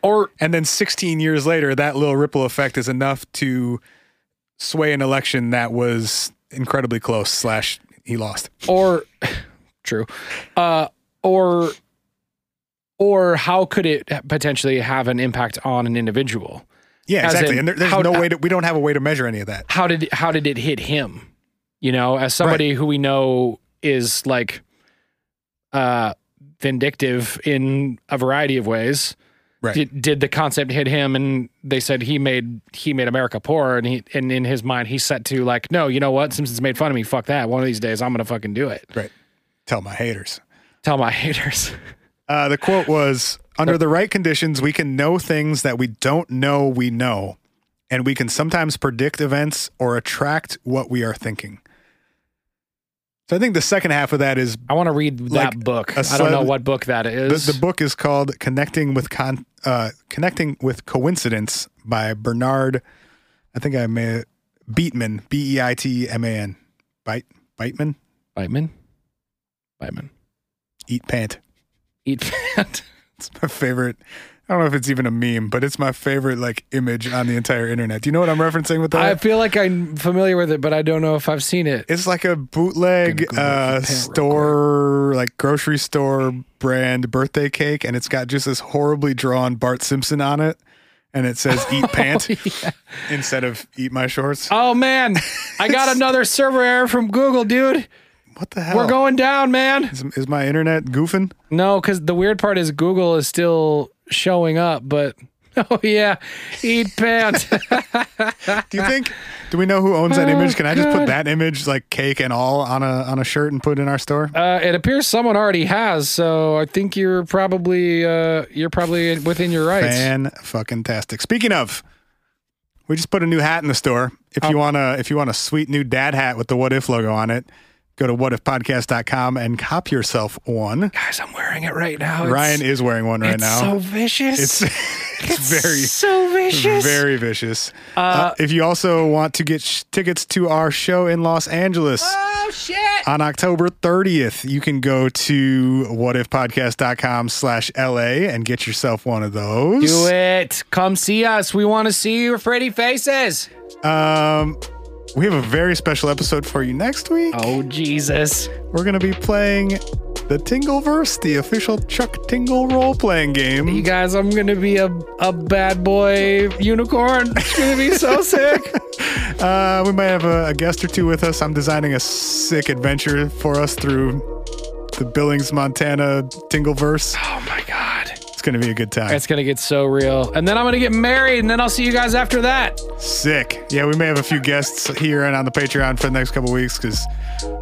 Speaker 3: or
Speaker 2: And then 16 years later, that little ripple effect is enough to sway an election that was incredibly close, slash, he lost.
Speaker 3: or [laughs] true uh or or how could it potentially have an impact on an individual
Speaker 2: Yeah,
Speaker 3: As
Speaker 2: exactly.
Speaker 3: in,
Speaker 2: and there, there's
Speaker 3: how-
Speaker 2: no way to, we don't have a way to measure any of that.
Speaker 3: how did how did it hit him you know as somebody who we know is like uh vindictive in a variety of ways
Speaker 2: Right.
Speaker 3: did, did the concept hit him and they said he made he made america poor and he and in his mind he's set to like no you know what simpsons made fun of me fuck that one of these days i'm gonna fucking do it
Speaker 2: Right. Tell my haters.
Speaker 3: tell my [laughs] haters
Speaker 2: Uh, the quote was Under the right conditions, we can know things that we don't know we know, and we can sometimes predict events or attract what we are thinking. So I think the second half of that is
Speaker 3: I want to read that
Speaker 2: Like
Speaker 3: book.
Speaker 2: a
Speaker 3: I don't know
Speaker 2: sled-
Speaker 3: what book that
Speaker 2: the,
Speaker 3: is.
Speaker 2: the book is called Connecting with Con uh, Connecting with Coincidence by Bernard I think I may Beatman, B E I T M A N. Bite Biteman?
Speaker 3: Biteman. Biteman.
Speaker 2: Eat pant.
Speaker 3: Eat fat.
Speaker 2: It's my favorite. I don't know if it's even a meme, but it's my favorite like image on the entire internet. Do you know what I'm referencing with
Speaker 3: I
Speaker 2: that?
Speaker 3: feel like I'm familiar with it, but I don't know if I've seen it.
Speaker 2: it's like a
Speaker 3: Gonna
Speaker 2: bootleg
Speaker 3: Google it
Speaker 2: uh,
Speaker 3: for pant real
Speaker 2: store, like grocery store brand birthday cake, and it's got just this horribly drawn Bart Simpson on it, and it says
Speaker 3: [laughs]
Speaker 2: "Eat Pant" instead of "Eat My Shorts." [laughs]
Speaker 3: Oh man, I got another server error from Google, dude.
Speaker 2: What the hell?
Speaker 3: We're going down, man.
Speaker 2: Is, is my internet goofing?
Speaker 3: No, because the weird part is Google is still showing up, but [laughs] oh yeah, eat pant.
Speaker 2: [laughs] Do you
Speaker 3: [laughs]
Speaker 2: think? do we know who owns that
Speaker 3: Oh,
Speaker 2: image? Can I just put
Speaker 3: God.
Speaker 2: that image, like cake and all, on a on a shirt and put it in our store?
Speaker 3: uh, it appears someone already has, so I think you're probably uh, you're probably within your rights.
Speaker 2: Fan fucking tastic. Speaking of, we just put a new hat in the store. If
Speaker 3: Oh.
Speaker 2: you wanna if you want a sweet new dad hat with the what if logo on it, go to whatifpodcast.com and cop yourself one.
Speaker 3: Guys, I'm wearing it right now. It's-
Speaker 2: Ryan is wearing one right
Speaker 3: it's
Speaker 2: now.
Speaker 3: so vicious.
Speaker 2: it's [laughs] it's very
Speaker 3: so vicious.
Speaker 2: Very vicious. Uh, if you also want to get sh- tickets to our show in Los Angeles
Speaker 1: Oh, shit.
Speaker 2: on October 30th, you can go to whatifpodcast.com slash LA and get yourself one of those.
Speaker 3: Do it. Come see us. We want to see your pretty faces.
Speaker 2: Um, we have a very special episode for you next week.
Speaker 3: Oh Jesus.
Speaker 2: We're going to be playing the Tingleverse, the official Chuck Tingle role playing game.
Speaker 3: You guys, I'm gonna be a, a bad boy unicorn. It's gonna be
Speaker 2: [laughs]
Speaker 3: so sick.
Speaker 2: Uh, we might have a, a guest or two with us. I'm designing a sick adventure for us through the Billings, Montana Tingleverse.
Speaker 3: Oh my god.
Speaker 2: It's going to be a good time.
Speaker 3: It's gonna get so real. And then I'm gonna get married, and then I'll see you guys after that.
Speaker 2: sick. Yeah, we may have a few guests here and on the Patreon for the next couple weeks because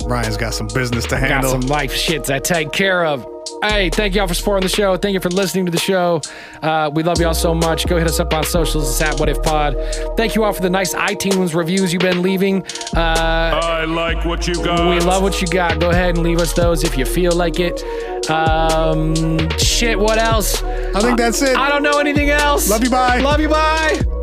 Speaker 2: Ryan's got some business to
Speaker 3: Got
Speaker 2: handle.
Speaker 3: some life shit to take care of. Hey, thank y'all for supporting the show. Thank you for listening to the show. Uh, we love y'all so much. Go hit us up on socials. It's at What If Pod. Thank you all for the nice iTunes reviews you've been leaving. Uh,
Speaker 10: I like what you got.
Speaker 3: We love what you got. Go ahead and leave us those if you feel like it. Um, shit, what else?
Speaker 2: I think that's it.
Speaker 3: I don't know anything else.
Speaker 2: Love you, bye.
Speaker 3: Love you, bye.